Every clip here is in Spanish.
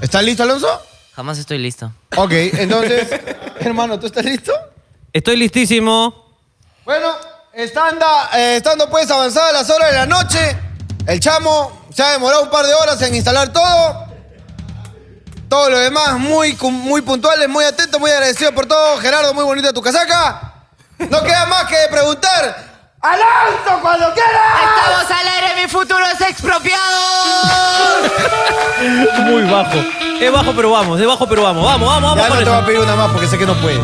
¿Estás listo, Alonso? Jamás estoy listo. Ok, entonces, hermano, ¿tú estás listo? Estoy listísimo. Bueno, estando, eh, estando pues avanzadas las horas de la noche, el chamo se ha demorado un par de horas en instalar todo. Todo lo demás muy, cu- muy puntuales, muy atentos, muy agradecido por todo. Gerardo, muy bonita tu casaca. No queda más que preguntar. ¡Alonso, cuando quieras! ¡Estamos al aire, mi futuro es expropiado! Muy bajo. Es bajo, pero vamos. Es bajo, pero vamos. Vamos, vamos, vamos. Ya no con te eso. voy a pedir una más porque sé que no puedes.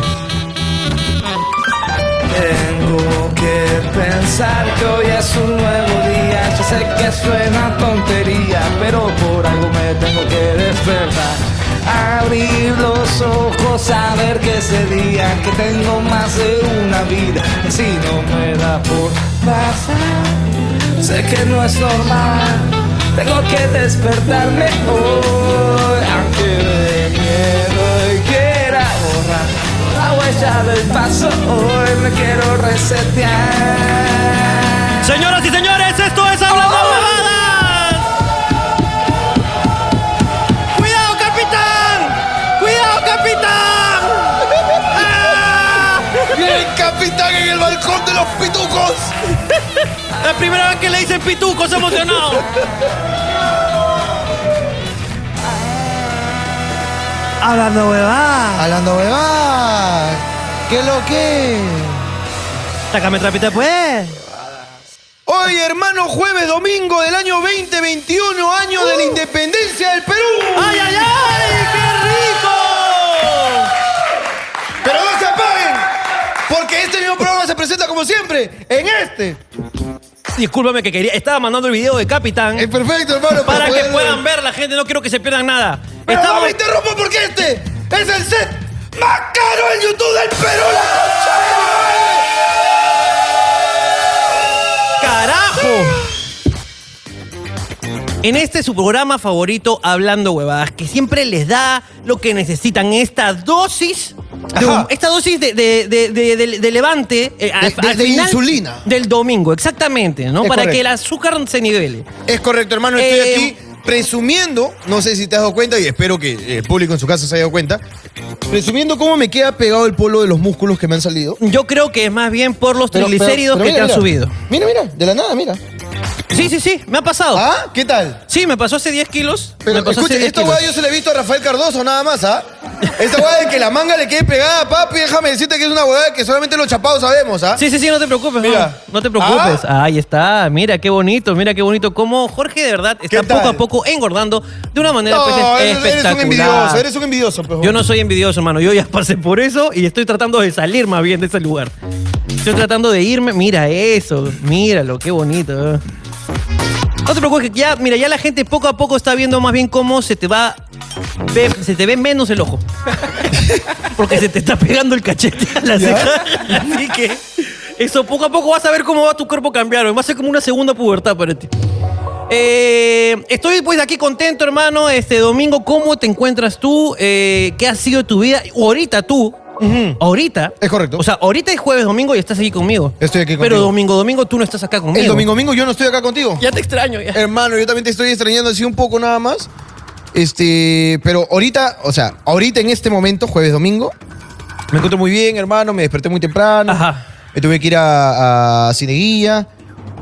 Tengo que pensar que hoy es un nuevo día. Yo sé que suena tontería, pero por algo me tengo que despertar. Abrir los ojos, saber que ese día que tengo más de una vida. Y si no me da por pasar, sé que no es normal. Tengo que despertarme hoy, aunque me dé miedo y quiera borrar la huella del paso. Hoy me quiero resetear. Señoras y señores, esto es ¡Oh! Hablando Huevadas. ¡Cuidado, capitán! ¡Cuidado, capitán! ¡El capitán en el balcón de los pitucos! La primera vez que le dicen pituco, se ha emocionado. Hablando huevadas. Hablando huevadas. ¿Qué lo que? Sácame trapita, pues. Hoy, hermano, jueves, domingo del año 2021, año de la independencia del Perú. ¡Ay, ay, ay! ¡Qué rico! Pero no se apaguen, porque este mismo programa se presenta como siempre, en este. Discúlpame que quería. Estaba mandando el video de Capitán Es perfecto, hermano. para que poder- puedan ver la gente. No quiero que se pierdan nada. Pero no Estamos- me interrumpo porque este es el set más caro en YouTube del Perú. ¡La concha de la madre! ¡Carajo! En este su programa favorito, Hablando Huevadas, que siempre les da lo que necesitan, esta dosis. de hum- Ajá. esta dosis de, de- de- de- de- de levante eh, al- de- al de final insulina. del domingo, exactamente, ¿no? Es Para correcto. que el azúcar se nivele. Es correcto, hermano. Estoy Eh, aquí presumiendo, no sé si te has dado cuenta y espero que el público en su casa se haya dado cuenta, presumiendo cómo me queda pegado el polo de los músculos que me han salido. Yo creo que es más bien por los Pero- pero- triglicéridos pero que mira, te han mira. subido. Mira, mira, de la nada, mira. Sí, sí, sí, me ha pasado. ¿Ah? ¿Qué tal? Sí, me pasó hace 10 kilos. Pero me pasó escucha, hace 10 esta kilos. weá yo se la he visto a Rafael Cardoso nada más, ¿ah? Esta weá de que la manga le quede pegada, papi, déjame decirte que es una weá que solamente los chapados sabemos, ¿ah? Sí, sí, sí, no te preocupes, Mira. Ah. no, no te preocupes. Ahí está, mira qué bonito, mira qué bonito cómo Jorge de verdad está tal? poco a poco engordando de una manera No, pues, eres, eres espectacular. un envidioso, eres un envidioso, pues, pejo. Yo no soy envidioso, hermano. Yo ya pasé por eso y estoy tratando de salir más bien de ese lugar. Estoy tratando de irme. Mira eso, míralo, qué bonito. ¿eh? No te preocupes, que ya, mira, ya la gente poco a poco está viendo más bien cómo se te va. ve- se te ve menos el ojo. Porque se te está pegando el cachete a la ceja. Así que. Eso, poco a poco vas a ver cómo va tu cuerpo cambiar. Va a ser como una segunda pubertad para ti. Eh, estoy pues aquí contento, hermano. Este domingo, ¿cómo te encuentras tú? Eh, ¿Qué ha sido tu vida? Ahorita tú. Ahorita. Es correcto. O sea, ahorita es jueves, domingo y estás aquí conmigo. Estoy aquí Pero contigo. domingo, domingo tú no estás acá conmigo. El domingo domingo yo no estoy acá contigo. Ya te extraño, ya. Hermano, yo también te estoy extrañando así un poco nada más. Este, pero ahorita, o sea, ahorita en este momento, jueves, domingo, me encuentro muy bien, hermano, me desperté muy temprano. Ajá. Me tuve que ir a, a Cineguía,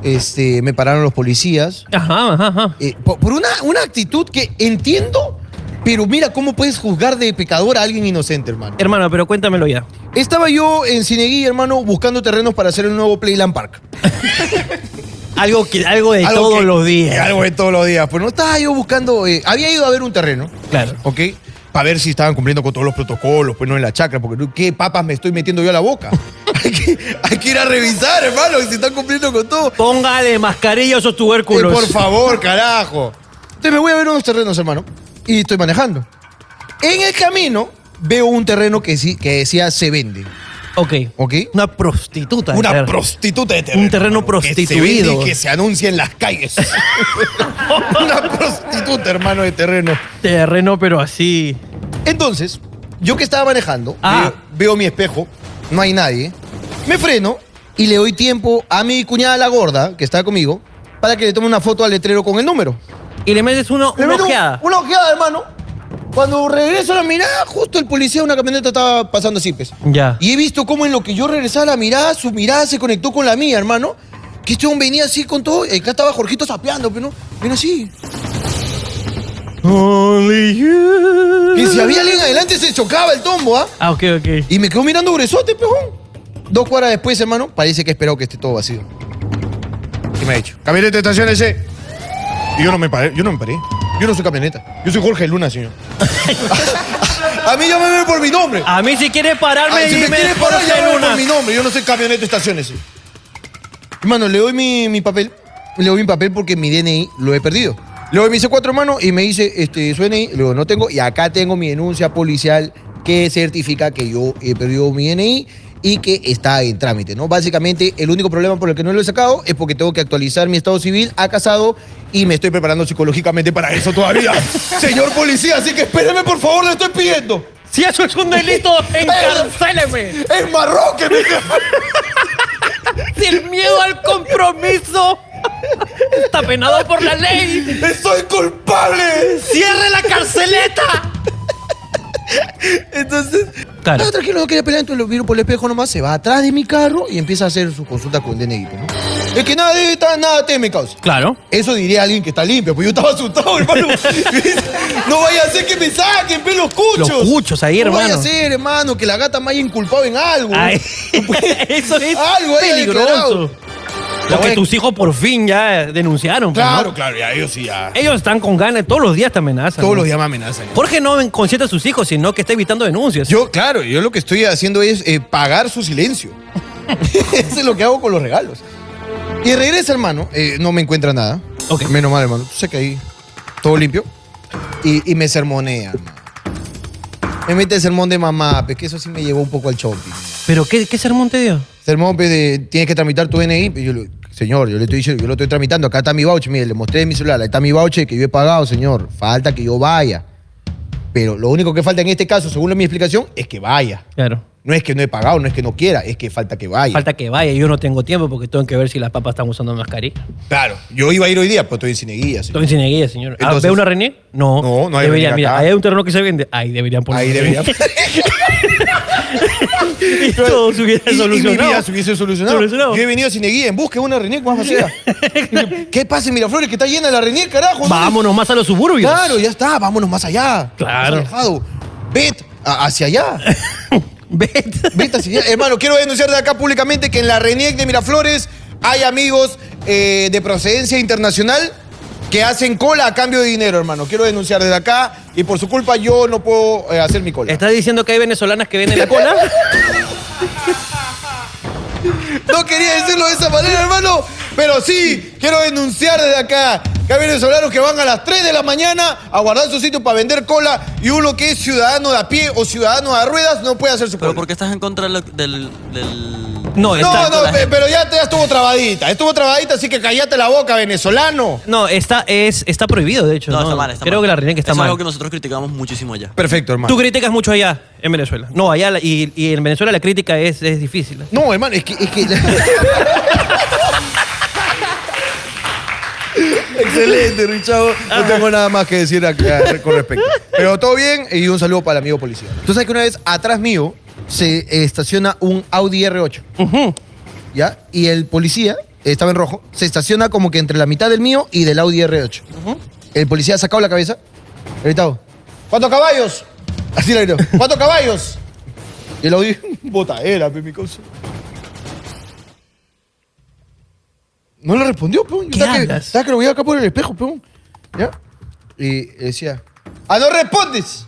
este, me pararon los policías. Ajá, ajá, ajá. Eh, por, por una, una actitud que entiendo, pero mira cómo puedes juzgar de pecador a alguien inocente, hermano. Hermano, pero cuéntamelo ya. Estaba yo en Cineguía, hermano, buscando terrenos para hacer el nuevo Playland Park. Algo, que, algo de Algo todos que- los días. Algo de todos los días. Pues no estaba yo buscando. eh, había ido a ver un terreno. Claro. ¿Ok? Para ver si estaban cumpliendo con todos los protocolos, pues no en la chacra, porque no- qué papas me estoy metiendo yo a la boca. hay, que, hay que ir a revisar, hermano, si están cumpliendo con todo. Póngale mascarilla a esos tubérculos. Eh, por favor, carajo. Entonces me voy a ver unos terrenos, hermano. Y estoy manejando. En el camino veo un terreno que, sí, que decía se vende. Ok. Ok. Una prostituta. Una Claro. prostituta de terreno. Un terreno hermano, Que se vende prostituido. y que se anuncia en las calles. Una prostituta, hermano, de terreno. Terreno, pero así. Entonces, yo que estaba manejando, Ah. veo, veo mi espejo, no hay nadie, me freno y le doy tiempo a mi cuñada la gorda, que está conmigo, para que le tome una foto al letrero con el número. Y le metes uno, Le una meto un- ojeada. Una ojeada, hermano. Cuando regreso a la mirada, justo el policía de una camioneta estaba pasando así, pues. Ya. Y he visto cómo en lo que yo regresaba la mirada, su mirada se conectó con la mía, hermano. Que este hombre venía así con todo. y Acá estaba Jorgito sapeando, pero no. Viene así. Only you. Y si había alguien adelante, se chocaba el tombo, ¿ah? Ah, ok, ok. Y me quedó mirando gruesote, pejón. Dos cuadras después, hermano, parece que he esperado que esté todo vacío. ¿Qué me ha hecho? Camioneta, estacionese. Y Ah, yo no me paré, yo no me paré. Yo no soy camioneta. Yo soy Jorge Luna, señor. a mí llámame por mi nombre. A mí si quieres pararme, Ay, Ah, si me dime, quiere parar, Jorge llámame Luna. por mi nombre. Yo no soy camioneta, estaciones. Hermano, le doy mi, mi papel. Le doy mi papel porque mi DNI lo he perdido. Le doy mi C4, hermano, y me dice, este, su DNI. Le digo, no tengo. Y acá tengo mi denuncia policial que certifica que yo he perdido mi DNI y que está en trámite, ¿no? Básicamente, el único problema por el que no lo he sacado es porque tengo que actualizar mi estado civil a casado y me estoy preparando psicológicamente para eso todavía. Señor policía, así que espéreme, por favor, le estoy pidiendo. Si eso es un delito, encarcéleme. ¡Es Marroque, mija! Sin miedo al compromiso. Está penado por la ley. ¡Soy culpable! ¡Cierre la carceleta! Entonces, Claro. no, tranquilo, no quería pelear, entonces lo viro por el espejo nomás, se va atrás de mi carro y empieza a hacer su consulta con DNI. pues, ¿no? Es que nada debe estar, nada teme, causa. Claro. Eso diría alguien que está limpio, pues yo estaba asustado, hermano. no vaya a ser que me saquen, pe, los cuchos. Los cuchos ahí, No vaya a hermano. ser, hermano, que la gata me haya inculpado en algo. Ay, eso es Algo ahí declarado. peligroso. La Lo voy que a- tus hijos por fin ya denunciaron. pues, ¿no? Claro, claro, ya ellos sí, ya. Ellos están con ganas, todos los días te amenazan. Todos ¿no? los días me amenazan. Jorge no consiente a sus hijos, sino que está evitando denuncias. Yo, claro, yo lo que estoy haciendo es eh, pagar su silencio. Eso es lo que hago con los regalos. Y regresa, hermano. eh, no me encuentra nada. Ok. Menos mal, hermano. Sé que ahí todo limpio. Y, y me sermonea, hermano. Me mete el sermón de mamá, pues que eso sí me llevó un poco al shopping. ¿Pero qué, qué sermón te dio? Sermón, pues, de, tienes que tramitar tu DNI. Y yo le- señor, yo le estoy diciendo, yo lo estoy tramitando. Acá está mi voucher. Mire, le mostré mi celular. Ahí está mi voucher que yo he pagado, señor. Falta que yo vaya. Pero lo único que falta en este caso, según mi explicación, es que vaya. Claro. No es que no he pagado, no es que no quiera, es que falta que vaya. Falta que vaya, yo no tengo tiempo porque tengo que ver si las papas están usando mascarilla. Claro, yo iba a ir hoy día, pero estoy en Cineguía. señor. Estoy sin guía, señor. Ah, Entonces- ¿Ve una René? No. No, no hay Debería- René mira, acá. ahí hay un terreno que se vende. Ahí deberían poner. Ahí debería. y todo se hubiera Y, y mi solucionado. vida se hubiese solucionado. Solucionado. Yo he venido a Cineguía en busca de una René más vacía. ¿Qué pasa en Miraflores? Que está llena la René, carajo. ¿dónde- Vámonos más a los suburbios. Claro, ya está, vámonos más allá. Claro. Más alejado. Vete a- hacia allá. Vete. Vete hacia allá. Hermano, quiero denunciar de acá públicamente que en la RENIEC de Miraflores hay amigos eh, de procedencia internacional que hacen cola a cambio de dinero, hermano. Quiero denunciar desde acá y por su culpa yo no puedo eh, hacer mi cola. ¿Estás diciendo que hay venezolanas que venden la cola? No quería decirlo de esa manera, hermano, pero sí, quiero denunciar desde acá que hay venezolanos que van a las 3 de la mañana a guardar su sitio para vender cola y uno que es ciudadano de a pie o ciudadano a ruedas no puede hacer su cola. Pero ¿por qué estás en contra de lo- del, del- No, No, está, no, pe- pero ya, te- ya estuvo trabadita. Estuvo trabadita, así que callate la boca, venezolano. no, está, es, está prohibido, de hecho. No, está mal, está Creo mal. que la René que está Eso mal. es algo que nosotros criticamos muchísimo allá. Perfecto, hermano. Tú criticas mucho allá en Venezuela. No, allá la- y, y en Venezuela la crítica es, es difícil. No, hermano, es que. Es que... Excelente, Richard. No tengo nada más que decir acá con respecto. Pero todo bien y un saludo para el amigo policía. Tú sabes que una vez atrás mío se estaciona un Audi R8. Ujú. ¿ya? Y el policía, estaba en rojo, se estaciona como que entre la mitad del mío y del Audi R8. El policía ha sacado la cabeza, ha gritado, ¿cuántos caballos? Así le gritó, ¿cuántos caballos? Y el Audi, botadera, pe, mi cosa. No le respondió, peón. Yo ¿Qué estaba que- hablas? estaba que lo veía acá por el espejo, peón. ¿Ya? Y decía, ¡ah, no respondes!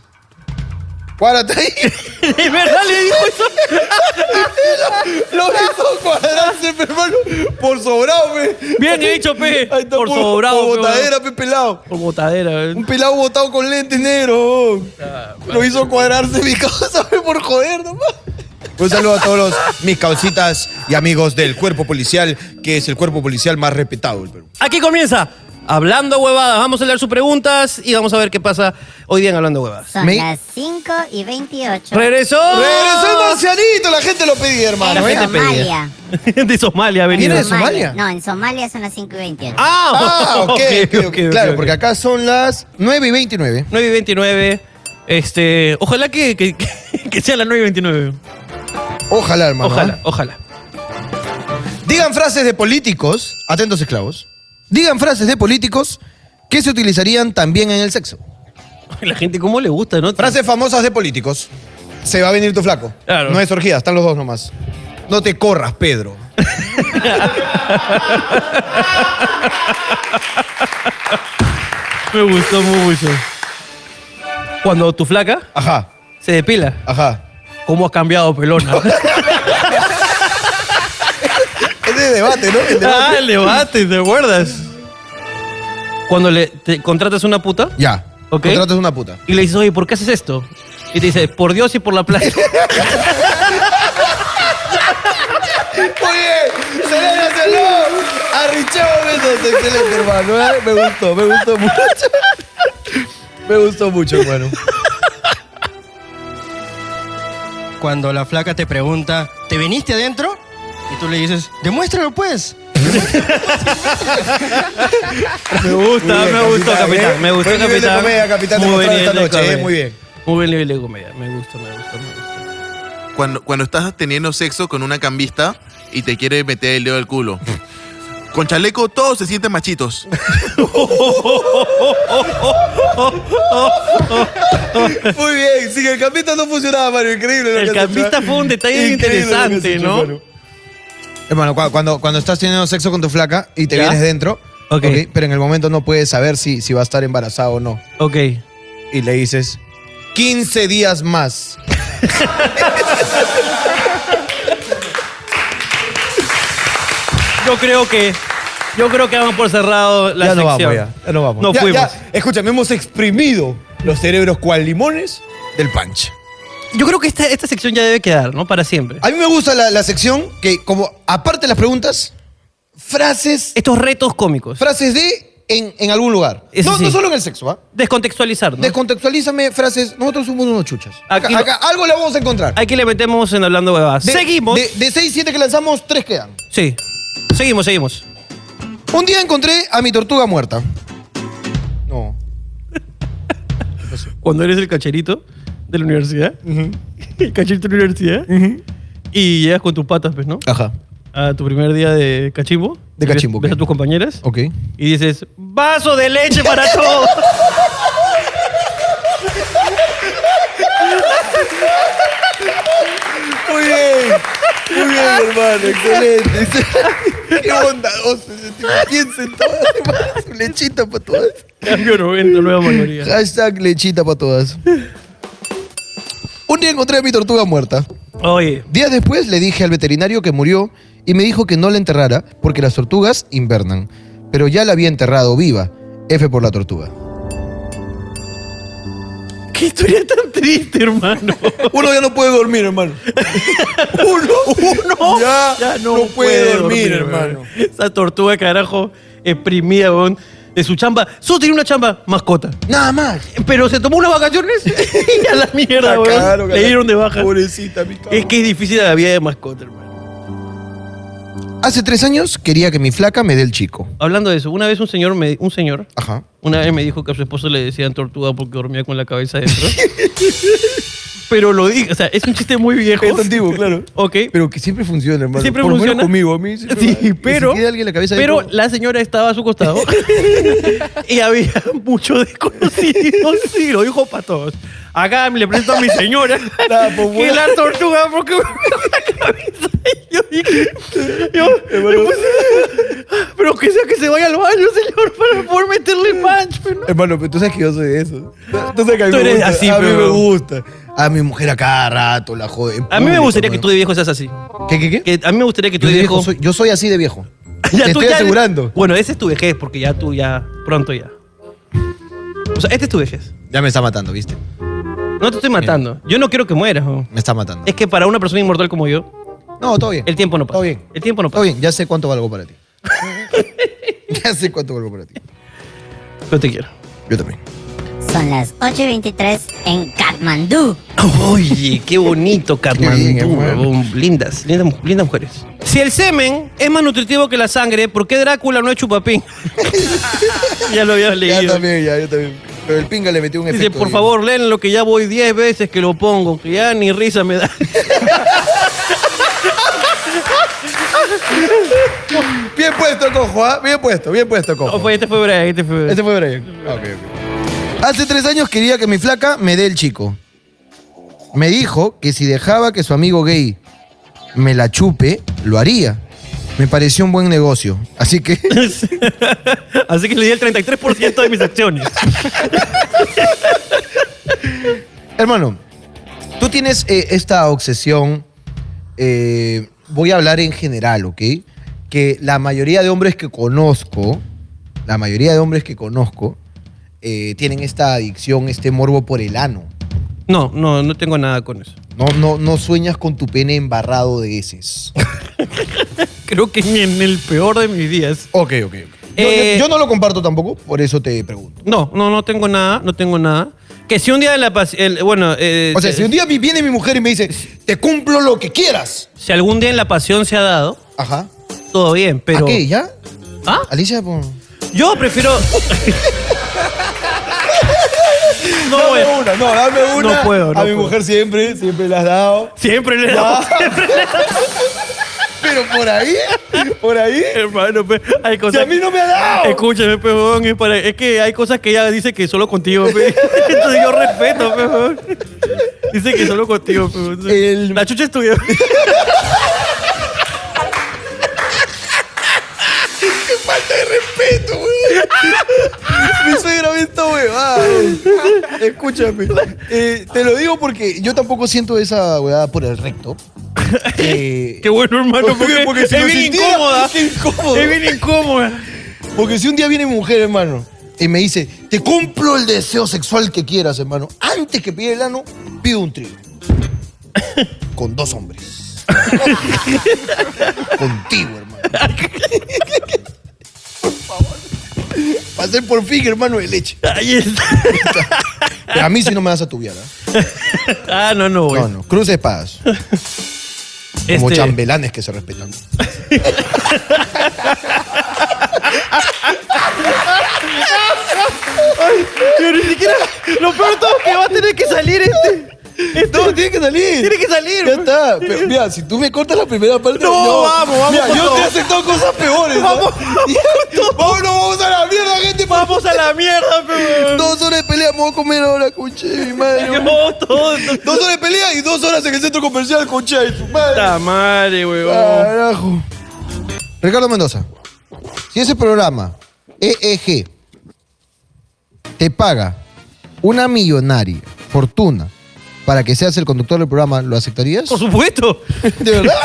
¡Cuárate ahí! ¿Es verdad? Le dijo eso. Lo hizo cuadrarse, pe, hermano, por sobrado, pe. Bien hecho, pe. Ahí está, Por puro- sobrado. Por pe, botadera, pe, pelado. Por botadera. eh. Un pelado botado con lentes negro. Lo hizo cuadrarse mi causa, pe, por joder, nomás. Un saludo a todos los- mis causitas y amigos del cuerpo policial, que es el cuerpo policial más respetado del Perú. Aquí comienza. Hablando huevadas. Vamos a leer sus preguntas y vamos a ver qué pasa hoy día en Hablando huevadas. Son Me- las 5 y 28. ¡Regresó! ¡Ah! ¡Regresó el marcianito! La gente lo pedía, hermano. La ¿eh? gente Somalia. De Somalia, ¿Viene venida. de Somalia? No, en Somalia son las 5 y 28. Ah, Ah, ok, ok, ok, Claro, ok. porque acá son las 9 y 29. 9 y 29. Este, ojalá que, que- que sea la 9.29. Ojalá, hermano. Ojalá, ¿eh? ojalá. Digan frases de políticos, atentos esclavos. Digan frases de políticos que se utilizarían también en el sexo. La gente cómo le gusta, ¿no? Frases famosas de políticos. Se va a venir tu flaco. Claro. No es orgía, están los dos nomás. No te corras, Pedro. Me gustó mucho. Cuando tu flaca Ajá, se depila, ajá. ¿cómo ha cambiado pelona? Ese es debate, ¿no? El debate. ah, el debate, ¿te acuerdas? Cuando le te contratas una puta Ya. Ok. Contratas una puta. y le dices, oye, ¿por qué haces esto? Y te dice, por Dios y por la plata. Muy bien, celébraselo a Richard Besos. Excelente, hermano. ¿eh? Me gustó, me gustó mucho. Me gustó mucho, hermano. Cuando la flaca te pregunta, ¿te viniste adentro? Y tú le dices, demuéstralo pues. Me gusta, Muy bien, me capitán, gustó, ¿eh? capitán. Me gustó, Buen nivel de capitán. comedia, capitán, Muy buen demostrado nivel esta de noche, ¿eh? comedia. Muy bien. Muy buen nivel de comedia. Me gustó, me gustó, me gustó. Cuando, cuando estás teniendo sexo con una cambista y te quiere meter el dedo al culo. Con chaleco todos se sienten machitos. Muy bien, sí, el cambista no funcionaba, Mario. Increíble. lo El que has hecho, cambista ¿eh? fue un detalle Increíble lo que has interesante, hecho, ¿no? hermano. Hermano, Eh, cua- cuando, cuando estás teniendo sexo con tu flaca y te ¿Ya? vienes dentro, Ok. ok, pero en el momento no puedes saber si, si va a estar embarazada o no. Ok. Y le dices, 15 días más. Yo creo que. Yo creo que vamos por cerrado la ya no sección. vamos, ya, ya no vamos. No Ya- fuimos. ya, escúchame, hemos exprimido los cerebros cual limones del punch. Yo creo que esta, esta sección ya debe quedar, ¿no? Para siempre. A mí me gusta la, la sección que, como, aparte de las preguntas, frases, Estos retos cómicos. frases de en, en algún lugar. Eso no, sí. no solo en el sexo, ¿ah? Descontextualizar, ¿no? Descontextualízame frases. Nosotros somos unos chuchas. Aquí Acá- no- acá algo le vamos a encontrar. Aquí le metemos en hablando huevadas. De- seguimos. De, de 6, 7 que lanzamos, 3 quedan. Sí. Seguimos, seguimos. Un día encontré a mi tortuga muerta. No. Cuando eres el cacherito de la universidad. El cacherito de la universidad. Y llegas con tus patas, pues, ¿no? Ajá. A tu primer día de cachimbo. Ah. De Y ves- cachimbo, Ves ok. a tus compañeras. Ok. Y dices, vaso de leche para todos. Muy bien. Muy bien, hermano. Excelente. Qué bondadoso ese tipo. Piensen todas, hermano. Su lechita para todas. Cambio 90, nueva mayoría. Hashtag lechita para todas. Un día encontré a mi tortuga muerta. Oye, Días después le dije al veterinario que murió y me dijo que no la enterrara porque las tortugas invernan. Pero ya la había enterrado viva. F por la tortuga. qué historia tan triste, hermano. Uno ya no puede dormir, hermano. Uno, uno ya, no, puede, dormir, hermano. Esa tortuga, carajo, exprimida, weón, de su chamba. Solo tenía una chamba, mascota. Nada más. Pero se tomó unas vacaciones y a la mierda, La weón. cagaron, Le cagaron. dieron de baja. Pobrecita, mi cabrón. Es que es difícil la vida de mascota, hermano. Hace tres años quería que mi flaca me dé el chico. Hablando de eso, una vez un señor, me, un señor, Ajá. una vez me dijo que a su esposo le decían tortuga porque dormía con la cabeza dentro. Pero lo dije, o sea, es un chiste muy viejo. Es antiguo, claro. Ok. Pero que siempre funciona, hermano. Siempre Por lo menos funciona. conmigo, a mí. siempre Sí, va. Y pero, Si queda alguien en la cabeza pero dentro- la señora estaba a su costado y había muchos desconocidos. Sí, lo dijo para todos. Acá le presento a mi señora Nada, pues, que bueno. la tortuga porque me la cabeza. Y Yo dije, yo, yo puse, pero que sea que se vaya al baño, señor, para poder meterle punch. pero no. Hermano, pero tú sabes que yo soy de eso. Tú sabes que a mí Tú me eres gusta. así, a mí pero- me gusta. A mi mujer a cada rato la jode. A mí me gustaría que tú de viejo seas así. ¿Qué, qué, qué? Que a mí me gustaría que tú yo, pues. de de viejo. viejo soy, yo soy así de viejo. Ya Te tú estoy ya- asegurando. Bueno, ese es tu vejez, porque ya tú ya, pronto ya. O sea, este es tu vejez. Ya me está matando, ¿viste? No te estoy matando. Yo no quiero que mueras. ¿no? Me está matando. Es que para una persona inmortal como yo, No, todo bien. el tiempo no pasa. Todo bien. El tiempo no Todo pasa. bien, ya sé cuánto valgo para ti. ya sé cuánto valgo para ti. Yo te quiero. Yo también. Son las 8 y 23 en Katmandú. Oye, qué bonito, Qué bien, Katmandú. hermano. huevón. lindas, lindas, mu- lindas mujeres. Si el semen es más nutritivo que la sangre, ¿por qué Drácula no es chupapín? ya lo habías Ya leído. también, ya, yo también. Pero el pinga le metió un Dice, efecto. por digo. favor, leen lo que ya voy 10 veces que lo pongo, que ya ni risa me da. Bien puesto, cojo, ¿ah? Bien puesto, bien puesto, cojo. No, fue- este fue breve, este fue breve. Este fue Brian. Ah, ok, ok. Hace tres años quería que mi flaca me dé el chico. Me dijo que si dejaba que su amigo gay me la chupe, lo haría. Me pareció un buen negocio. Así que Así que le di el 33% de mis acciones. Hermano, tú tienes eh, esta obsesión, eh, voy a hablar en general, ¿ok? Que la mayoría de hombres que conozco, la mayoría de hombres que conozco, eh, tienen esta adicción, este morbo por el ano. No, no, no tengo nada con eso. No, no, no sueñas con tu pene embarrado de heces. Creo que ni en el peor de mis días. Ok, ok. Yo, Eh, yo- yo no lo comparto tampoco, por eso te pregunto. No, no, no tengo nada, no tengo nada. Que si un día de la pas- el- bueno, eh, O sea, se- si un día mi- viene mi mujer y me dice, te cumplo lo que quieras. si algún día en la pasión se ha dado, Ajá. todo bien, pero ¿A qué? ¿Ya? ¿Ah? Alicia, pues. por... Yo prefiero No, eh, güey. una, no, dame una. No puedo, no A mi puedo. mujer siempre, siempre la has dado. siempre le he dado, siempre le he dado, Pero por ahí, por ahí. hermano, pe, hay cosas me ha Escúchame, pejón, es, para- es que hay cosas que ella dice que solo contigo, pe. Entonces yo respeto, pejón. Dice que solo contigo, pejón. El- La chucha es tuya. Mi suegra ve esta huevada. Escúchame. Eh, te lo digo porque yo tampoco siento esa huevada por el recto. Eh, Qué bueno, hermano, Porque- porque, porque si es lo bien sintiera, incómoda. es incómodo. Es bien incómoda. porque si un día viene mi mujer, hermano, y me dice, te cumplo el deseo sexual que quieras, hermano. Antes que pida el ano, pido un trío. Con dos hombres. Contigo, hermano. por favor. Va a ser por fin, hermano, de leche. Ahí está. Pero a mí sí no me vas a tuviar, ¿ah? Ah, no, no, güey. No, no. Cruce espadas. Como Este, chambelanes que se respetan. Pero ni siquiera. Lo peor de todo es que va a tener que salir este. No, tiene que salir. Tiene que salir. Ya está. Pero, mira, si tú me cortas la primera parte. No, vamos, vamos Mira, con yo todo. te he aceptado cosas peores. Vamos, vamos, vamos a la mierda, gente. por Vamos a la mierda, pero. Dos horas de pelea, me voy a comer ahora, conche, mi madre. No, todo. todo. Dos horas de pelea y dos horas en el centro comercial, conche, de tu madre. Puta madre, weón. Carajo. Ricardo Mendoza, si ese programa EEG te paga una millonaria fortuna para que seas el conductor del programa, ¿lo aceptarías? Por supuesto. ¿De verdad?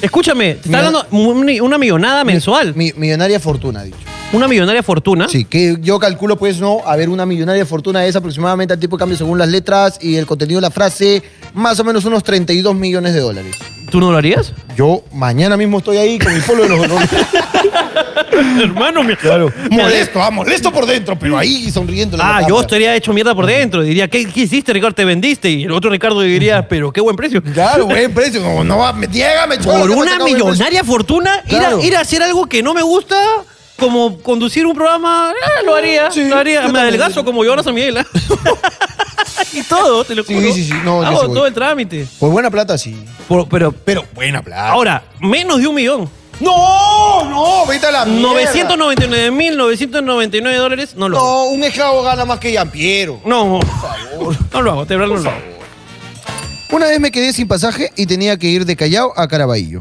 Escúchame, te Mira. está dando un- una millonada mensual. Mi- millonaria fortuna, dicho. Una millonaria fortuna. Sí, que yo calculo, pues, no, haber una millonaria fortuna es aproximadamente al tipo de cambio según las letras y el contenido de la frase, más o menos unos 32 millones de dólares. ¿Tú no lo harías? Yo mañana mismo estoy ahí con mi polo de los honores. Hermano, mi. Claro. molesto, ah, molesto por dentro, pero ahí sonriendo. pues. Ah, yo estaría hecho mierda por dentro. Diría, ¿qué, qué hiciste, Ricardo? ¿Te vendiste? Y el otro Ricardo diría, pero qué buen precio. Claro, buen precio. Como no va, me llégame, cholo, Por que me una saca buen precio. millonaria fortuna, ir a- Claro. ir, a, hacer algo que no me gusta, como conducir un programa, eh, lo haría, Sí, lo yo haría. Me también. adelgazo como yo ahora San Miguel. ¿ah? y todo, te lo Sí, juro. sí, sí, no, yo Hago sí voy. todo el trámite. Por Pues buena plata, sí. Por- pero Pero buena plata. ahora, menos de un millón. Ah, ¡No! ¡No! Vete a la mierda. 999.999 dólares, no lo hago. No, un esclavo gana más que Yampiero. No, no lo hago, te verdad no lo hago. Una vez me quedé sin pasaje y tenía que ir de Callao a Caraballo.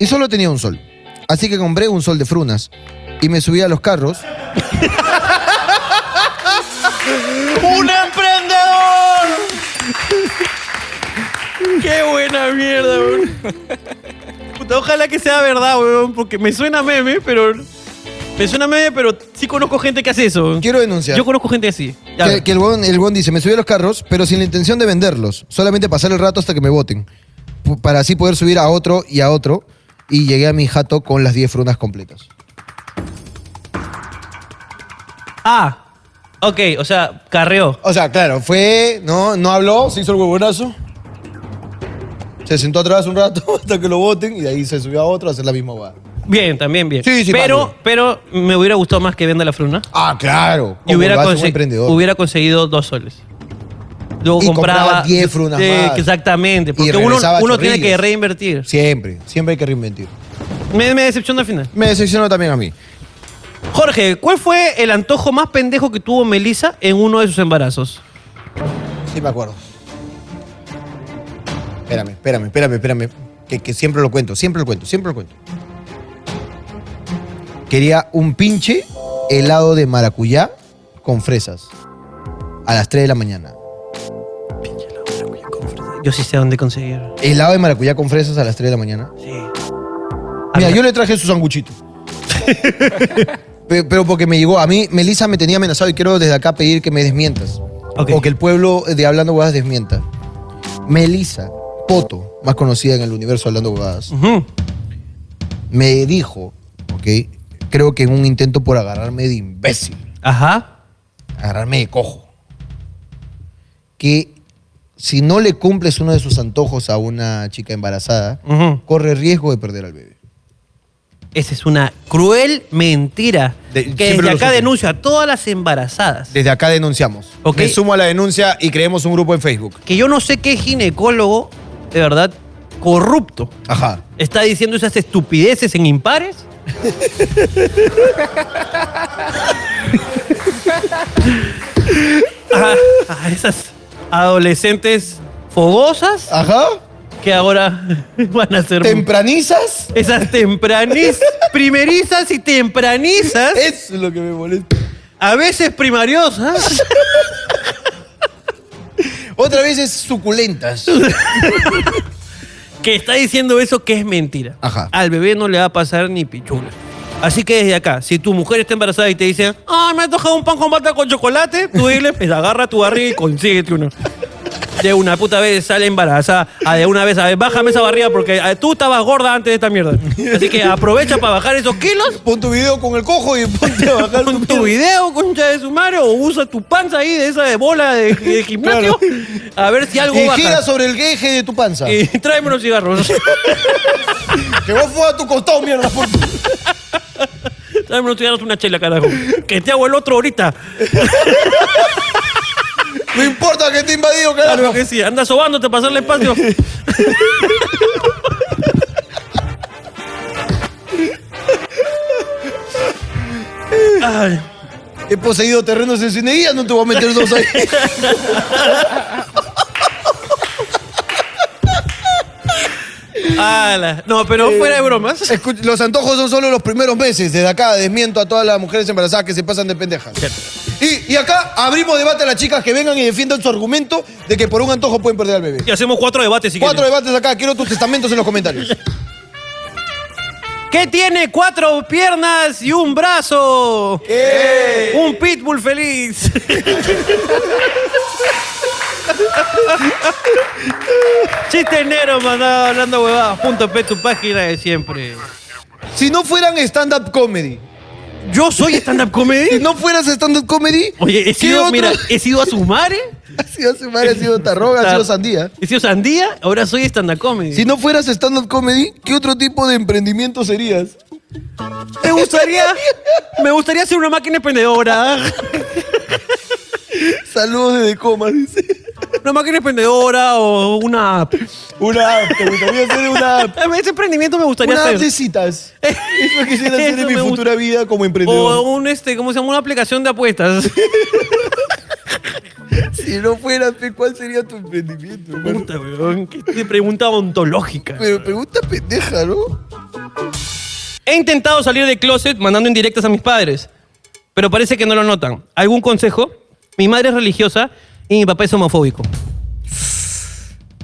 Y solo tenía un sol. Así que compré un sol de frunas. Y me subí a los carros. ¡Un emprendedor! ¡Qué buena mierda, weón! Puta, ojalá que sea verdad, weón, porque me suena meme, pero. Me suena meme, pero sí conozco gente que hace eso. Quiero denunciar. Yo conozco gente así. Ya, que, que el buen el huevón dice, me subí a los carros, pero sin la intención de venderlos. Solamente pasar el rato hasta que me voten. P- Para así poder subir a otro y a otro. Y llegué a mi jato con las 10 frunas completas. Ah, ok, o sea, carreó. O sea, claro, fue, no, no habló, se hizo el huevonazo. Se sentó atrás un rato hasta que lo voten y de ahí se subió a otro a hacer la misma huevada. Bien, también bien. Sí, sí, pero, Pablo. pero me hubiera gustado más que venda la fruna. Ah, claro. Y hubiera, Como lo hace un conse- emprendedor. hubiera conseguido dos soles. Luego Y compraba compraba 10 frunas Sí, más. Exactamente, Y porque uno, regresaba a uno tiene chorrillos. que reinvertir. Siempre, siempre hay que reinventir. Me, me decepcionó al final. Me decepcionó también a mí. Jorge, ¿cuál fue el antojo más pendejo que tuvo Melissa en uno de sus embarazos? Sí, me acuerdo. Espérame, espérame, espérame, espérame. Que, que siempre lo cuento, siempre lo cuento, siempre lo cuento. Quería un pinche helado de maracuyá con fresas. A las 3 de la mañana. Yo sí sé dónde conseguir. Helado de maracuyá con fresas a las 3 de la mañana. Sí. Mira, Había- yo le traje su sanguchito. Pe- Pero porque me llegó, a mí Melissa me tenía amenazado y quiero desde acá pedir que me desmientas. Ok. O que el pueblo de Hablando Huevadas desmienta. Melissa Poto, más conocida en el universo de Hablando Huevadas, Ujú. me dijo, ok, creo que en un intento por agarrarme de imbécil, Ajá. agarrarme de cojo, que si no le cumples uno de sus antojos a una chica embarazada, Ujú. corre riesgo de perder al bebé. Esa es una cruel mentira De- que siempre desde lo acá supe. denuncio a todas las embarazadas. Desde acá denunciamos. Ok. Me sumo a la denuncia y creemos un grupo en Facebook. que yo no sé qué ginecólogo, de verdad, corrupto, Ajá. está diciendo esas estupideces en impares. a, a Ah, esas adolescentes fogosas Ajá. que ahora van a ser ¿Tempranizas? esas tempranis, primerizas y tempranizas, Es lo que me molesta. a veces primariosas. Otra vez es suculentas. que está diciendo eso que es mentira. Ajá. Al bebé no le va a pasar ni pichula. Así que desde acá, si tu mujer está embarazada y te dice, ay, me ha tocado un pan con bata con chocolate, tú dile, pues agarra tu barriga y consíguete uno. De una puta vez sale embarazada, a de una vez, a ver, bájame esa barriga porque ah, tú estabas gorda antes de esta mierda. Así que aprovecha para bajar esos kilos, Pon tu video con el cojo y ponte a bajar con tu video, concha de su madre, o usa tu panza ahí de esa de bola de, de gimnasio, a ver si algo Y baja. gira sobre el eje de tu panza. Y tráeme unos cigarros. Que vos fugas a tu costado, mierda. por- Dame unos cigarros, una chela, carajo. Que te hago el otro ahorita. No importa que te invadido, Claro carajo. que sí. Anda sobándote para hacerle espacio. Ay, He poseído terrenos en Cineguía, no te voy a meter dos ahí. ala. No, pero fuera de bromas. Escucha, los antojos son solo los primeros meses. Desde acá desmiento a todas las mujeres embarazadas que se pasan de pendejas. Y, y acá abrimos debate a las chicas que vengan y defiendan su argumento de que por un antojo pueden perder al bebé. Y hacemos cuatro debates si Cuatro quieres. debates acá, quiero tus testamentos en los comentarios. ¿Qué tiene cuatro piernas y un brazo? ¿Qué? Un pitbull feliz. Chiste enero, mandado hablando huevadas. Punto P, tu página de siempre. Si no fueran stand-up comedy, Yo soy stand-up si comedy. no fueras stand-up comedy, Oye, he ¿qué sido, otro? mira, he sido a Sumare. Ha sido su madre, ha sido Tarroga, ha sido Sandía. He sido Sandía, ahora soy stand-up comedy. Si no fueras stand-up comedy, ¿qué otro tipo de emprendimiento serías? me gustaría, me gustaría ser una máquina emprendedora. Saludos desde coma, dice. Una máquina emprendedora o una app. Una app, te gustaría hacer una app. Ese emprendimiento me gustaría Una app hacer. de citas. Eso quisiera hacer Eso en mi me gusta. futura vida como O emprendedor. un, este, ¿cómo se llama? Una aplicación de apuestas. Si no fueras, pe, ¿cuál sería tu emprendimiento? hermano? Puta, weón. Qué te- pregunta ontológica. Pero pregunta pendeja, ¿no? He intentado salir del closet mandando indirectas a mis padres, pero parece que no lo notan. ¿Algún consejo? Mi madre es religiosa y mi papá es homofóbico.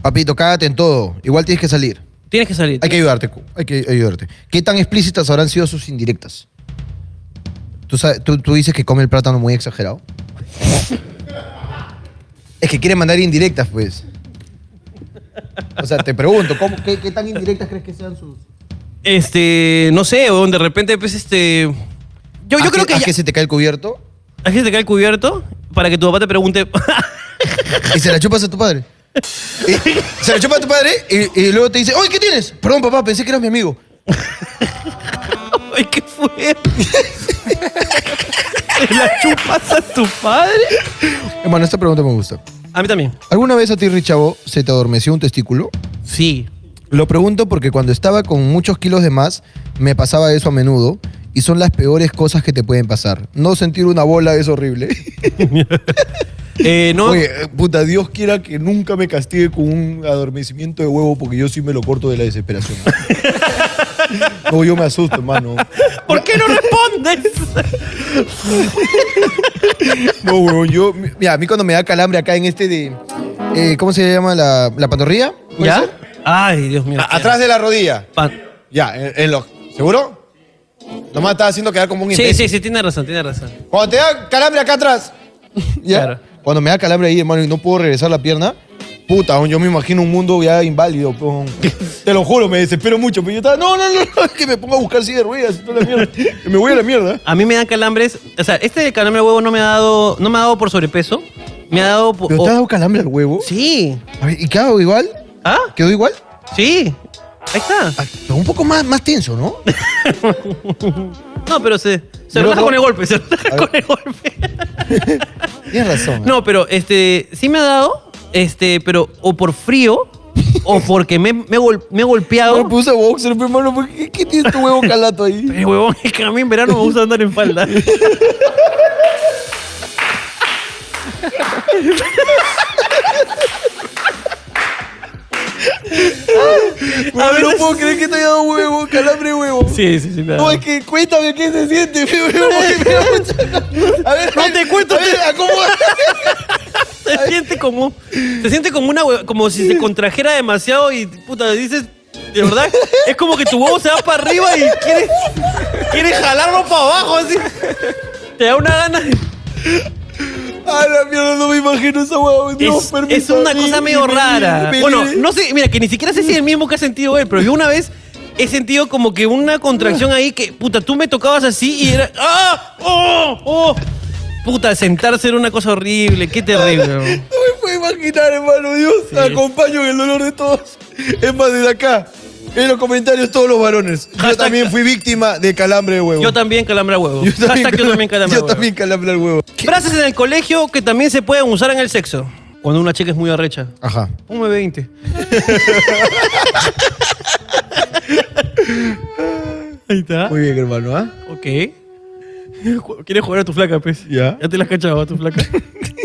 Papito, cágate en todo. Igual tienes que salir. Tienes que salir. Hay que ayudarte, Cu, hay que ayudarte. ¿Qué tan explícitas habrán sido sus indirectas? ¿Tú, sabes- tú- tú dices que come el plátano muy exagerado? es que quiere mandar indirectas, pues. O sea, te pregunto, ¿cómo- qué, qué tan indirectas crees que sean sus...? Este, no sé, weón, de repente, pues, este... Yo, yo ¿Haz creo que... haz ya- Pues que se te cae el cubierto haz que se te cae el cubierto para que tu papá te pregunte... y se la chupas a tu padre. Y- se la chupas a tu padre y, y luego te dice, oye, ¿qué tienes? Perdón, papá, pensé que eras mi amigo. fue? ¿Te la chupas a tu padre? Hermano, esta pregunta me gusta. A mí también. ¿Alguna vez a ti, Richavo, se te adormeció un testículo? Sí. Lo pregunto porque cuando estaba con muchos kilos de más, me pasaba eso a menudo. Y son las peores cosas que te pueden pasar. No sentir una bola es horrible. Eh, no, Oye, eh, puta, Dios quiera que nunca me castigue con un adormecimiento de huevo porque yo sí me lo corto de la desesperación. no, yo me asusto, hermano. ¿Por qué no respondes? No, huevón, yo. Mira, a mí cuando me da calambre acá en este de. eh, ¿Cómo se llama? La, la pantorrilla. ¿puede ¿Ya? ser? Ay, Dios mío. A- atrás de la rodilla. Pa- Ya, en, en los. ¿Seguro? Nomás estaba haciendo quedar como un Sí, imbécil. sí, sí, tiene razón, tiene razón. Cuando te da calambre acá atrás. ¿ya? Claro. Cuando me da calambre ahí, hermano, y no puedo regresar la pierna. Puta, aún yo me imagino un mundo ya inválido. po. Te lo juro, me desespero mucho. Pero yo estaba, no, no, no, no, que me pongo a buscar silla de ruedas y toda la mierda. Que me voy a la mierda. A mí me dan calambres. O sea, este del calambre de huevo no me ha dado, no me ha dado por sobrepeso. Me ha dado por. ¿Pero te o- has dado calambre al huevo? Sí. A ver, ¿Y qué hago? ¿Igual? ¿Ah? ¿Quedó igual? Sí. Ahí está. Ah, pero un poco más, más tenso, ¿no? No, pero se, se Luego- relaja con el golpe, se relaja con el golpe. Tienes razón. No, pero este, sí me ha dado, este, pero o por frío o porque me, me, gol- me he golpeado. Me puse boxer, pero, hermano, ¿por ¿qué, qué tienes tu huevo calato ahí? Eh, huevón, es que a mí en verano me gusta andar en falda. Bueno, ver, no es- puedo creer que te haya dado huevo, calambre de huevo. Sí, sí, sí. me ha No, dado. es que cuéntame qué se siente, mi huevo, que me da mucha- A ver, No te cuento, a ver, te- ¿a cómo Se siente como. Se siente como una hue- como si se contrajera demasiado y puta, dices. De verdad, es como que tu huevo se va para arriba y quieres. Quieres jalarlo para abajo, así. Te da una gana. A la mierda, no me imagino esa huevo. Dios, Es, permítame. es una cosa medio Venir, rara. venir. Bueno, no sé, mira, que ni siquiera sé si es el mismo que ha sentido él, pero yo una vez he sentido como que una contracción ahí que, puta, tú me tocabas así y era. ¡Ah! ¡Oh! ¡Oh! Puta, sentarse era una cosa horrible, qué terrible. bro. No me puedo imaginar, hermano. Dios, acompaño en el dolor de todos. Es más, desde acá. En los comentarios todos los varones. Yo Hashtag- también fui víctima de calambre de huevo. Yo también calambra huevo. Yo Hashtag yo también calambra Yo huevo. también calambre al huevo. Frases en el colegio que también se pueden usar en el sexo. Cuando una chica es muy arrecha. Ajá. Ponme 20. Ahí está. Muy bien, hermano, ¿ah? Ok. ¿Quieres jugar a tu flaca, pues? Ya. Ya te la has cachado a tu flaca.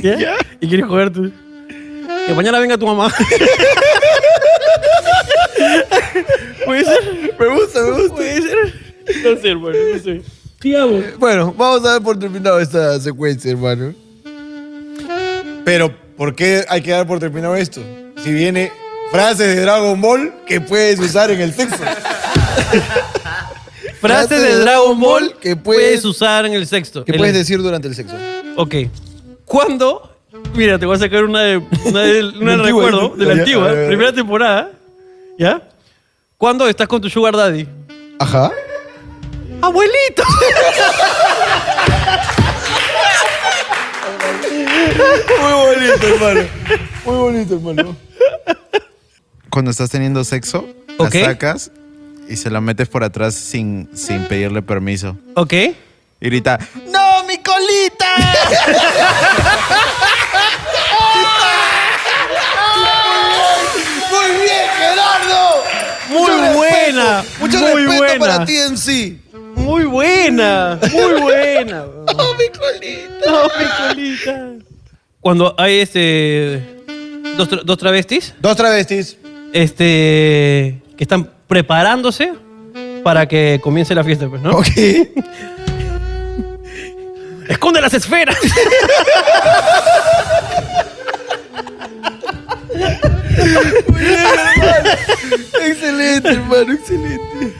¿Ya? ¿Y quieres jugar tú? Que mañana venga tu mamá. ¿Puede ser? Me gusta, me gusta. ¿Puede ser? No sé, hermano, no sé. Sigamos. Bueno, vamos a dar por terminado esta secuencia, hermano. Pero, ¿por qué hay que dar por terminado esto? Si viene frases de Dragon Ball que puedes usar en el sexo. Frases de Dragon Ball que puedes usar en el sexto. Que El- puedes decir durante el sexo. Ok. ¿Cuándo? Mira, te voy a sacar una de, una de- una del antigua, recuerdo, ¿no? de la Ya, antigua, a ver, a ver. primera temporada. ¿Ya? ¿Cuándo estás con tu sugar daddy? Ajá. ¡Abuelito! Muy bonito, hermano. Muy bonito, hermano. Cuando estás teniendo sexo, Ok. la sacas y se la metes por atrás sin, sin pedirle permiso. Ok. Y grita, ¡No, mi colita! ¡Muy bien, Gerardo! Muy buena, Mucho muy respeto buena. para ti en sí. Muy buena, muy buena. weón. ¡No, Oh, mi colita! No, mi colita. Cuando hay este. Dos, tra- dos travestis. Dos travestis. Este. que están preparándose para que comience la fiesta, pues, ¿no? Ok. ¡Esconde las esferas! excelente, hermano, excelente.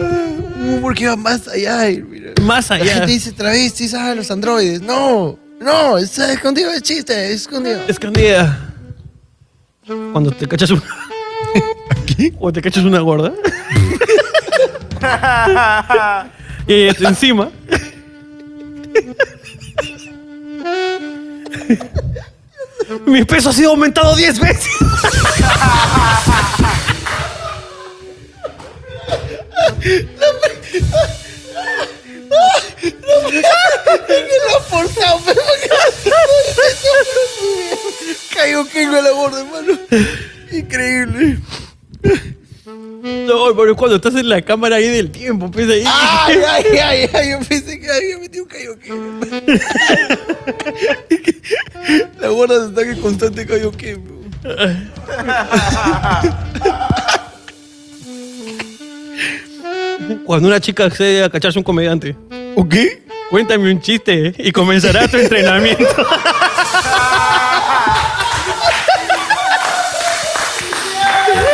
Ah, Porque va más allá, eh, mira. Más La allá. gente dice travestis, ah, los androides. No, no, es escondido el chiste, es escondido. Escondida. Cuando te cachas una. O te cachas una gorda. y ella está encima. Mi peso ha sido aumentado 10 veces. lo ha forzado, pero Caigo un kilo a la borda, hermano. Increíble. No, pero cuando estás en la cámara ahí del tiempo, pues ahí. Ay, ay, ay, ay, yo pensé que había metido un cayoquín. La gorda se está que constante cayoquín, bro. Cuando una chica accede a cacharse a un comediante. ¿O qué? Cuéntame un chiste ¿eh? y comenzará tu entrenamiento.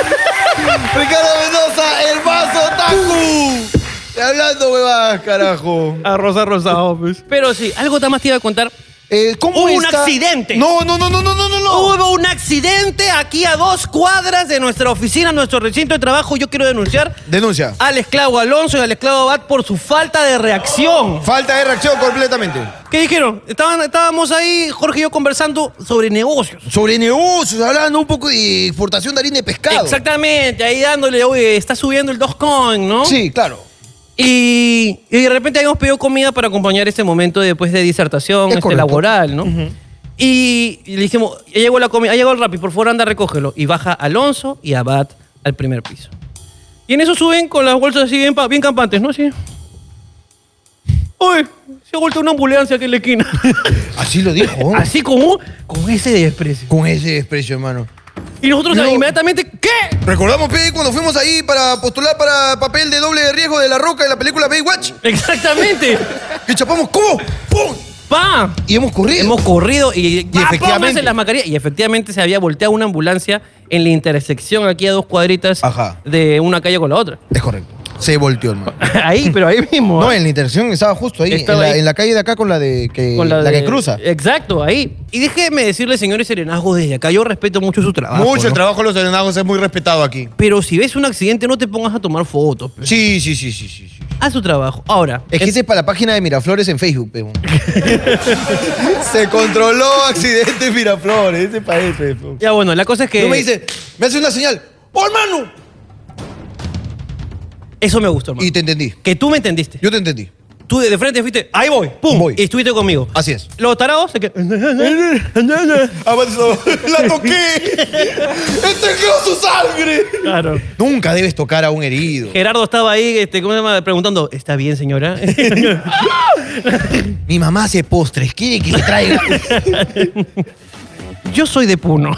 Ricardo Mendoza, el vaso Taku. Te hablando, huevadas, carajo. Arroz arrozado, pues. Pero sí, algo más te iba a contar. Eh, ¿cómo Hubo un está? accidente. No, no, no, no, no, no, no. no. Hubo un accidente aquí a dos cuadras de nuestra oficina, nuestro recinto de trabajo. Yo quiero denunciar Denuncia. al esclavo Alonso y al esclavo Abad por su falta de reacción. Falta de reacción completamente. ¿Qué dijeron? Estaban, estábamos ahí, Jorge y yo, conversando sobre negocios. Sobre negocios, hablando un poco de exportación de harina de pescado. Exactamente, ahí dándole, oye, está subiendo el Dogecoin, ¿no? Sí, claro. Y, y de repente habíamos pedido comida para acompañar este momento después de disertación Es este, correcto. laboral, ¿no? Y y le dijimos, ya llegó la comida, ha llegado el Rappi, por favor anda, recógelo. Y baja Alonso y Abad al primer piso. Y en eso suben con las bolsas así bien, pa- bien campantes, ¿no? Así. Uy, se ha vuelto una ambulancia aquí en la esquina. Así lo dijo. ¿eh? así como con ese desprecio. Con ese desprecio, hermano. Y nosotros No. inmediatamente, ¿qué? Recordamos, pe, cuando fuimos ahí para postular para papel de doble de riesgo de La Roca en la película Baywatch. Exactamente. Y chapamos, ¿cómo? ¡Pum! ¡Pa! Y hemos corrido. Hemos corrido y, ¡Ah, efectivamente- pónganse las mascarillas. Y efectivamente se había volteado una ambulancia en la intersección aquí a dos cuadritas Ajá. de una calle con la otra. Es correcto. Se volteó, hermano. ahí, pero ahí mismo. No, ¿ah? en la intersección estaba justo ahí, en, Estaba la, ahí. en la calle de acá con la de que, Con la de- eh, que cruza. Exacto, ahí. Y déjeme decirle, señores serenazgos, desde acá, yo respeto mucho su trabajo. Mucho el ¿no? trabajo de los serenagos es muy respetado aquí. Pero si ves un accidente, no te pongas a tomar fotos. pe. Sí, sí, sí, sí, sí. sí. Haz su trabajo. Ahora. Es que en- ese es para la página de Miraflores en Facebook, pe. Se controló accidente en Miraflores, ese para ese, pe. Ya bueno, la cosa es que. No me dice, me hace una señal, ¡oh, hermano! Eso me gustó, hermano. Y te entendí. Que tú me entendiste. Yo te entendí. Tú de de frente fuiste, ahí voy, pum, Voy. y estuviste conmigo. Así es. Los tarados se que. Avanzó. ¡La toqué! ¡Entregó su sangre! Claro. Nunca debes tocar a un herido. Gerardo estaba ahí, este, ¿cómo se llama? Preguntando, ¿está bien, señora? Mi mamá hace postres, quiere que le traiga. Yo soy de Puno.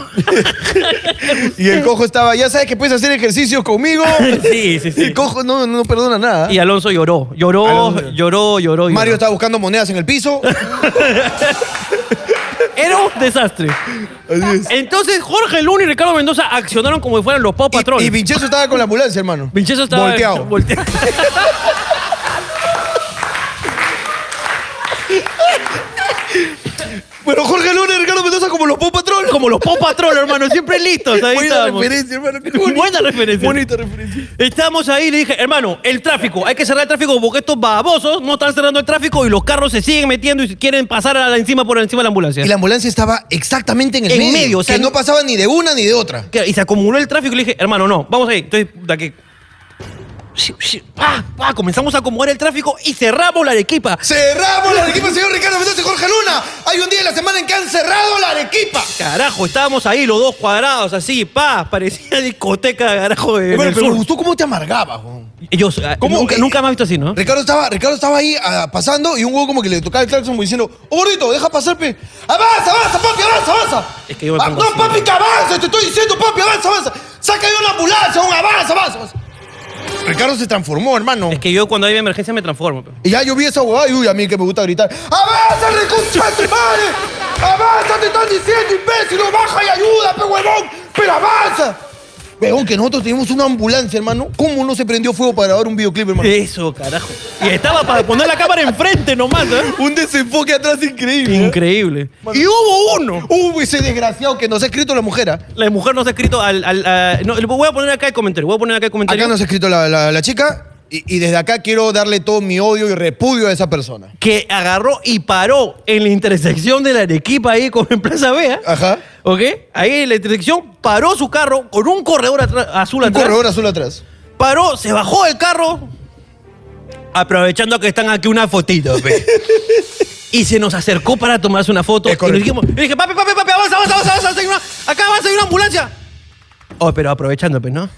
y el cojo estaba, ya sabes que puedes hacer ejercicios conmigo. sí, sí, Y sí. el cojo no, no perdona nada. Y Alonso lloró, lloró, Alonso. lloró, lloró. Mario lloró. estaba buscando monedas en el piso. Era un desastre. Entonces, Jorge Luna y Ricardo Mendoza accionaron como si fueran los Pau Patrol. Y, y Vincenzo estaba con la ambulancia, hermano. Vincenzo estaba volteado. volteado. Pero Jorge Luna y Ricardo Mendoza como los Pop Patrol. como los Pau Patrol, hermano, siempre listos. Ahí Buena estábamos. referencia, hermano. qué bonito. Buena referencia. Bonita referencia. Estamos ahí, le dije, hermano, el tráfico, hay que cerrar el tráfico porque estos babosos no están cerrando el tráfico y los carros se siguen metiendo y quieren pasar a la- encima por encima de la ambulancia. Y la ambulancia estaba exactamente en el En medio, o sea, que no pasaba ni de una ni de otra. Claro, Y se acumuló el tráfico y le dije, hermano, no, vamos ahí. Entonces, de aquí. Shi- shi- pa, pa, comenzamos a acomodar el tráfico y cerramos la Arequipa. ¡Cerramos la Arequipa, señor Ricardo Mendoza y Jorge Luna! Hay un día de la semana en que han cerrado la Arequipa. Carajo, estábamos ahí los dos cuadrados, así, pa, parecía discoteca, carajo, de Hermano, del pero me sur. gustó cómo te amargabas, weón. Yo, ah, ¿Cómo? Nunca, Eh, nunca me has visto así, ¿no? Ricardo estaba, Ricardo estaba ahí ah, pasando y un huevo como que le tocaba el claxon como diciendo, ¡Oh, gordito, deja pasar, pe! ¡Avanza, avanza, papi, avanza, avanza! Es que yo me Ah, pongo ¡No, así. papi, que avanza! ¡Te estoy diciendo, papi, avanza, avanza! ¡Saca de una ambulancia, un avanza, avanza, avanza! Ricardo se transformó, hermano. Es que yo cuando hay emergencia me transformo. pe. Y ya yo vi esa huevada y uy, a mí que me gusta gritar, ¡Avanza, reconcha de tu madre! ¡Avanza, te están diciendo, imbécil! ¡No baja y ayuda, pe huevón! ¡Pero avanza! Huevón, que nosotros tenemos una ambulancia, hermano. ¿Cómo no se prendió fuego para grabar un videoclip, hermano? Eso, carajo. Y estaba para poner la cámara enfrente nomás, ¿eh? Un desenfoque atrás increíble. ¿eh? Increíble. Y hubo uno. Uy, ese desgraciado que nos ha escrito la mujer. ¿ah? La mujer nos ha escrito al... al- a- no, le voy a poner acá el comentario, voy a poner acá el comentario. Acá nos ha escrito la, la- la chica y, y desde acá quiero darle todo mi odio y repudio a esa persona. que agarró y paró en la intersección de la Arequipa ahí con en Plaza Vea. Ajá. ¿Ok? Ahí en la intersección paró su carro con un corredor atrás- azul Un atrás. corredor azul atrás. Paró, se bajó del carro, aprovechando que están aquí una fotito, pe. Y se nos acercó para tomarse una foto. y nos dijimos, y dije, papi, papi, papi, avanza, avanza, avanza, avanza, hay una- acá avanza, hay una ambulancia. Oh, pero aprovechando, pues, ¿no?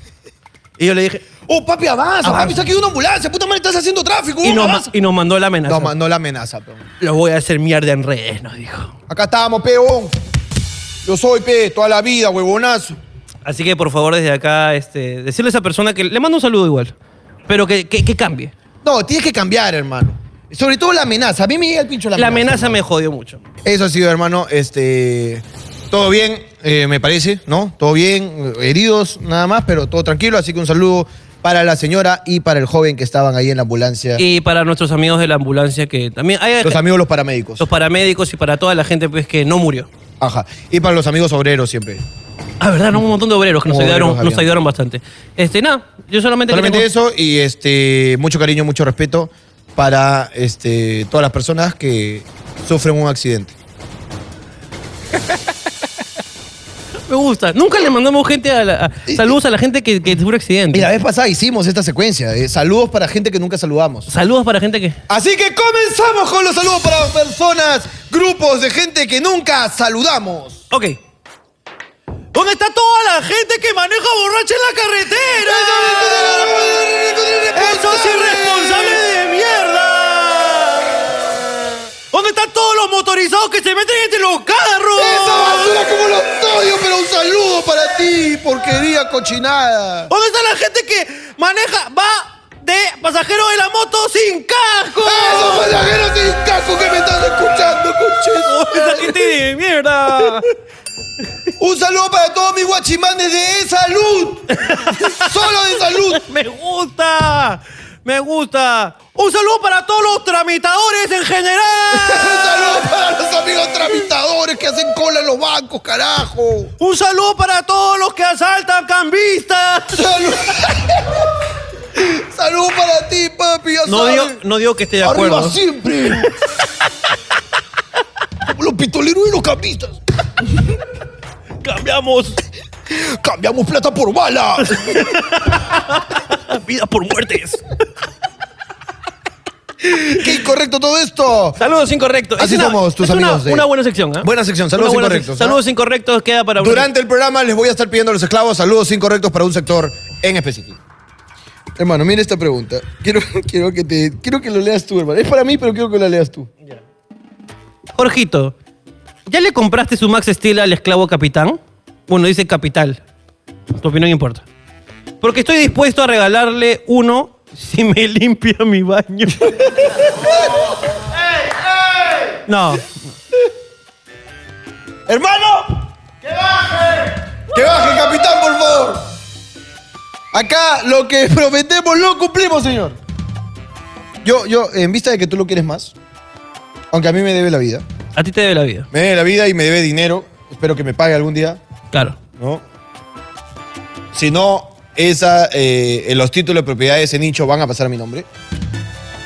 Y yo le dije, ¡Oh, papi, avanza! Avanza. ¡Papi, está aquí una ambulancia! ¡Puta madre, estás haciendo tráfico! y, huevón, nos, ma- avanza. y nos mandó la amenaza. No, ma- no la amenaza, pero. Los voy a hacer mierda en redes, nos dijo. Acá estábamos, peón. Yo soy, pe, toda la vida, huevonazo. Así que, por favor, desde acá, este, decirle a esa persona que le mando un saludo igual, pero que, que- que cambie. No, tienes que cambiar, hermano. Sobre todo la amenaza. A mí me llega el pincho la La amenaza. amenaza me jodió mucho. Eso ha sido, hermano. Este. Todo bien, eh, me parece, ¿no? Todo bien, eh, heridos, nada más, pero todo tranquilo. Así que un saludo para la señora y para el joven que estaban ahí en la ambulancia. Y para nuestros amigos de la ambulancia que también... Hay, los amigos, los paramédicos. los paramédicos y para toda la gente pues, que no murió. Ajá. Y para los amigos obreros siempre. Ah, verdad, no, un montón de obreros que nos Obreros ayudaron, habían. nos ayudaron bastante. Este, nada, yo solamente, Solamente quería- eso y este mucho cariño, mucho respeto para este, todas las personas que sufren un accidente. Me gusta. Nunca le mandamos gente a la, a- saludos a la gente que, que tuvo accidente. Y la vez pasada hicimos esta secuencia. eh, saludos para gente que nunca saludamos. Saludos para gente que Así que comenzamos con los saludos para personas, grupos de gente que nunca saludamos. Ok. ¿Dónde está toda la gente que maneja borracha en la carretera? ¡Esos irresponsables de mierda! ¿Dónde están todos los motorizados que se meten entre los ¡Esa carros? basura como los odio! Pero un saludo para ti, porquería cochinada. ¿Dónde está la gente que maneja, va de pasajero de la moto sin casco? Ah, ¡Esos pasajeros sin casco que me estás escuchando, Oh, ¡Esa coches! gente de mierda! Un saludo para todos mis guachimanes de salud. Solo de salud. ¡Me gusta! ¡Me gusta! ¡Un saludo para todos los tramitadores en general! Un saludo para los amigos tramitadores que hacen cola en los bancos, carajo. Un saludo para todos los que asaltan cambistas. Salud. Salud para ti, papi. ya No sabes. digo, no digo que esté de Arriba acuerdo. siempre. Como los pistoleros y los camistas. Cambiamos Cambiamos plata por bala. vidas por muertes. Qué incorrecto todo esto. Saludos incorrectos. Así somos tus es una- amigos de- Una buena sección, ¿eh? Buena sección, saludos Una buena incorrectos, sec- ¿no? Saludos incorrectos queda para... Durante el programa les voy a estar pidiendo a los esclavos saludos incorrectos para un sector en específico. Hermano, mira esta pregunta. Quiero, quiero, que te, quiero que lo leas tú, hermano. Es para mí, pero quiero que la leas tú. Jorgito, ¿ya le compraste su Max Steel al esclavo capitán? Bueno, dice capital. Tu opinión importa. Porque estoy dispuesto a regalarle uno si me limpia mi baño. No. ¡Hermano! ¡Que baje! ¡Que baje, capitán, por favor! Acá lo que prometemos lo cumplimos, señor. Yo, yo, en vista de que tú lo quieres más, aunque a mí me debe la vida, A ti te debe la vida. me debe la vida y me debe dinero, espero que me pague algún día, Claro. ¿no? Si no, esa, eh, los títulos de propiedad de ese nicho van a pasar a mi nombre.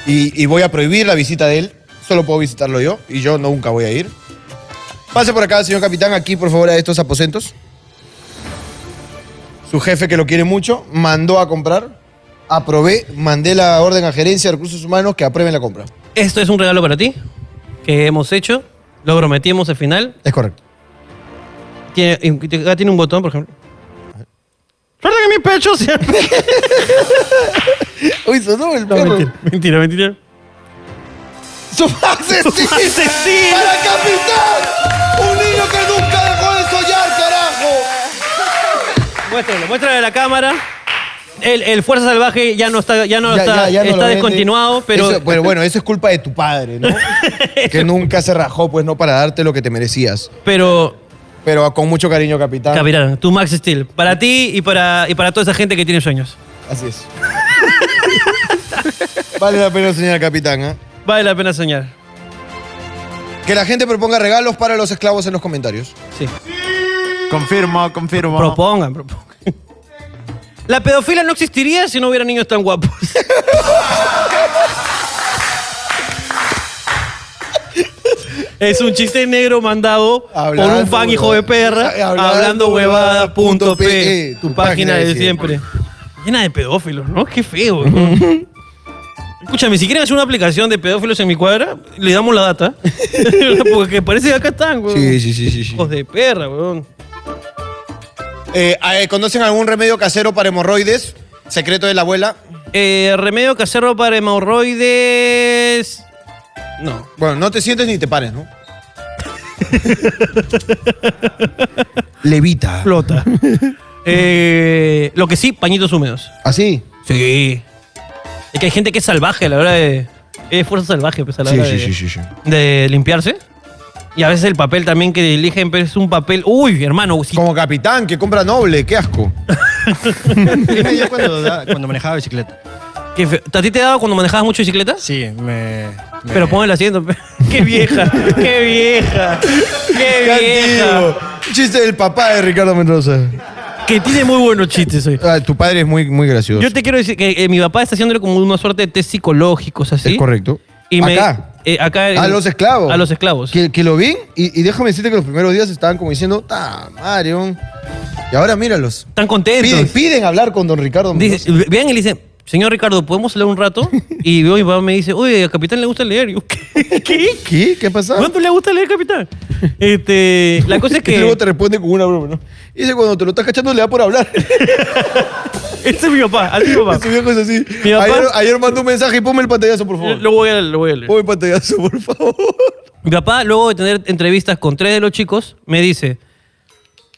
Y, y voy a prohibir la visita de él. Solo puedo visitarlo yo y yo nunca voy a ir. Pase por acá, señor capitán, aquí por favor a estos aposentos. Su jefe, que lo quiere mucho, mandó a comprar. Aprobé, mandé la orden a gerencia de recursos humanos que aprueben la compra. Esto es un regalo para ti que hemos hecho. Lo prometimos al final. Es correcto. Tiene, y- acá tiene un botón, por ejemplo. Suerte que mi pecho sea... Uy, sonó el No, mentira, mentira, mentira. ¡Su Max Steel! Max Steel! ¡Para capitán! ¡Un niño que nunca dejó de soñar, carajo! Muéstralo, muéstrale a la cámara. El, el Fuerza Salvaje ya no está, ya no Ya- está, ya- ya no está lo vende. descontinuado, pero Eso- bueno, bueno, eso es culpa de tu padre, ¿no? que nunca se rajó, pues, no para darte lo que te merecías. pero Pero con mucho cariño, capitán. capitán, tu Max Steel para ti y para y para toda esa gente que tiene sueños. Así es. vale la pena señora capitán, ¿ah? Vale la pena soñar. Que la gente proponga regalos para los esclavos en los comentarios. Sí. Confirmo, confirmo. Propongan, propongan. La pedofilia no existiría si no hubiera niños tan guapos. Es un chiste negro mandado por Hablando un fan hijo de perra huevada. hablando huevada punto P, P, tu página de siempre. Llena de pedófilos, ¿no? Qué feo. ¿no? Escúchame, si quieren hacer una aplicación de pedófilos en mi cuadra, le damos la data. Porque parece que acá están, weón. Sí, sí, sí, sí. sí. Hijos de perra, weón. Eh, eh, ¿Conocen algún remedio casero para hemorroides? Secreto de la abuela. Eh, remedio casero para hemorroides. No. Bueno, no te sientes ni te pares, ¿no? Levita. Flota. Eh, lo que sí, pañitos húmedos. ¿Así? Sí. Es que hay gente que es salvaje a la hora de. Es fuerza salvaje, pues a la Sí, hora sí, de, sí, sí, sí. de limpiarse. Y a veces el papel también que eligen, pero es un papel. Uy, hermano, si- Como capitán que compra noble, qué asco. Yo cuando, da- cuando manejaba bicicleta. qué feo. ¿a ti te daba cuando manejabas mucho bicicletas? Sí, me. me- Pero pon el asiento. pe. ¡Qué vieja! ¡Qué vieja! ¡Qué vieja! Antiguo. Chiste del papá de Ricardo Mendoza. Que tiene muy buenos chistes hoy. Ah, tu padre es muy, muy gracioso. Yo te quiero decir que eh, mi papá está haciéndole como una suerte de test psicológicos así. Es correcto. Y me- Acá. eh, acá en- A los esclavos. A los esclavos. Que, que lo vi y, y déjame decirte que los primeros días estaban como diciendo, ta, Mario. Y ahora míralos. Están contentos. Piden, piden hablar con don Ricardo Mendoza. Dice, vean y le dicen, señor Ricardo, ¿podemos leer un rato? Y veo a mi papá me dice, oye, al capitán le gusta leer. Y yo, ¿qué? ¿Qué? ¿Qué? ¿Qué pasa? ¿Cuánto le gusta leer, capitán? Este, la cosa es Y que... luego te responde con una broma, ¿no? Y dice, cuando te lo estás cachando, le da por hablar. Ese es mi papá, así es mi papá. Su viejo es así. Mi papá- Ayer, ayer mandó un mensaje y ponme el pantallazo, por favor. Lo voy a lo voy a leer. Ponme el pantallazo, por favor. Mi papá, luego de tener entrevistas con tres de los chicos, me dice,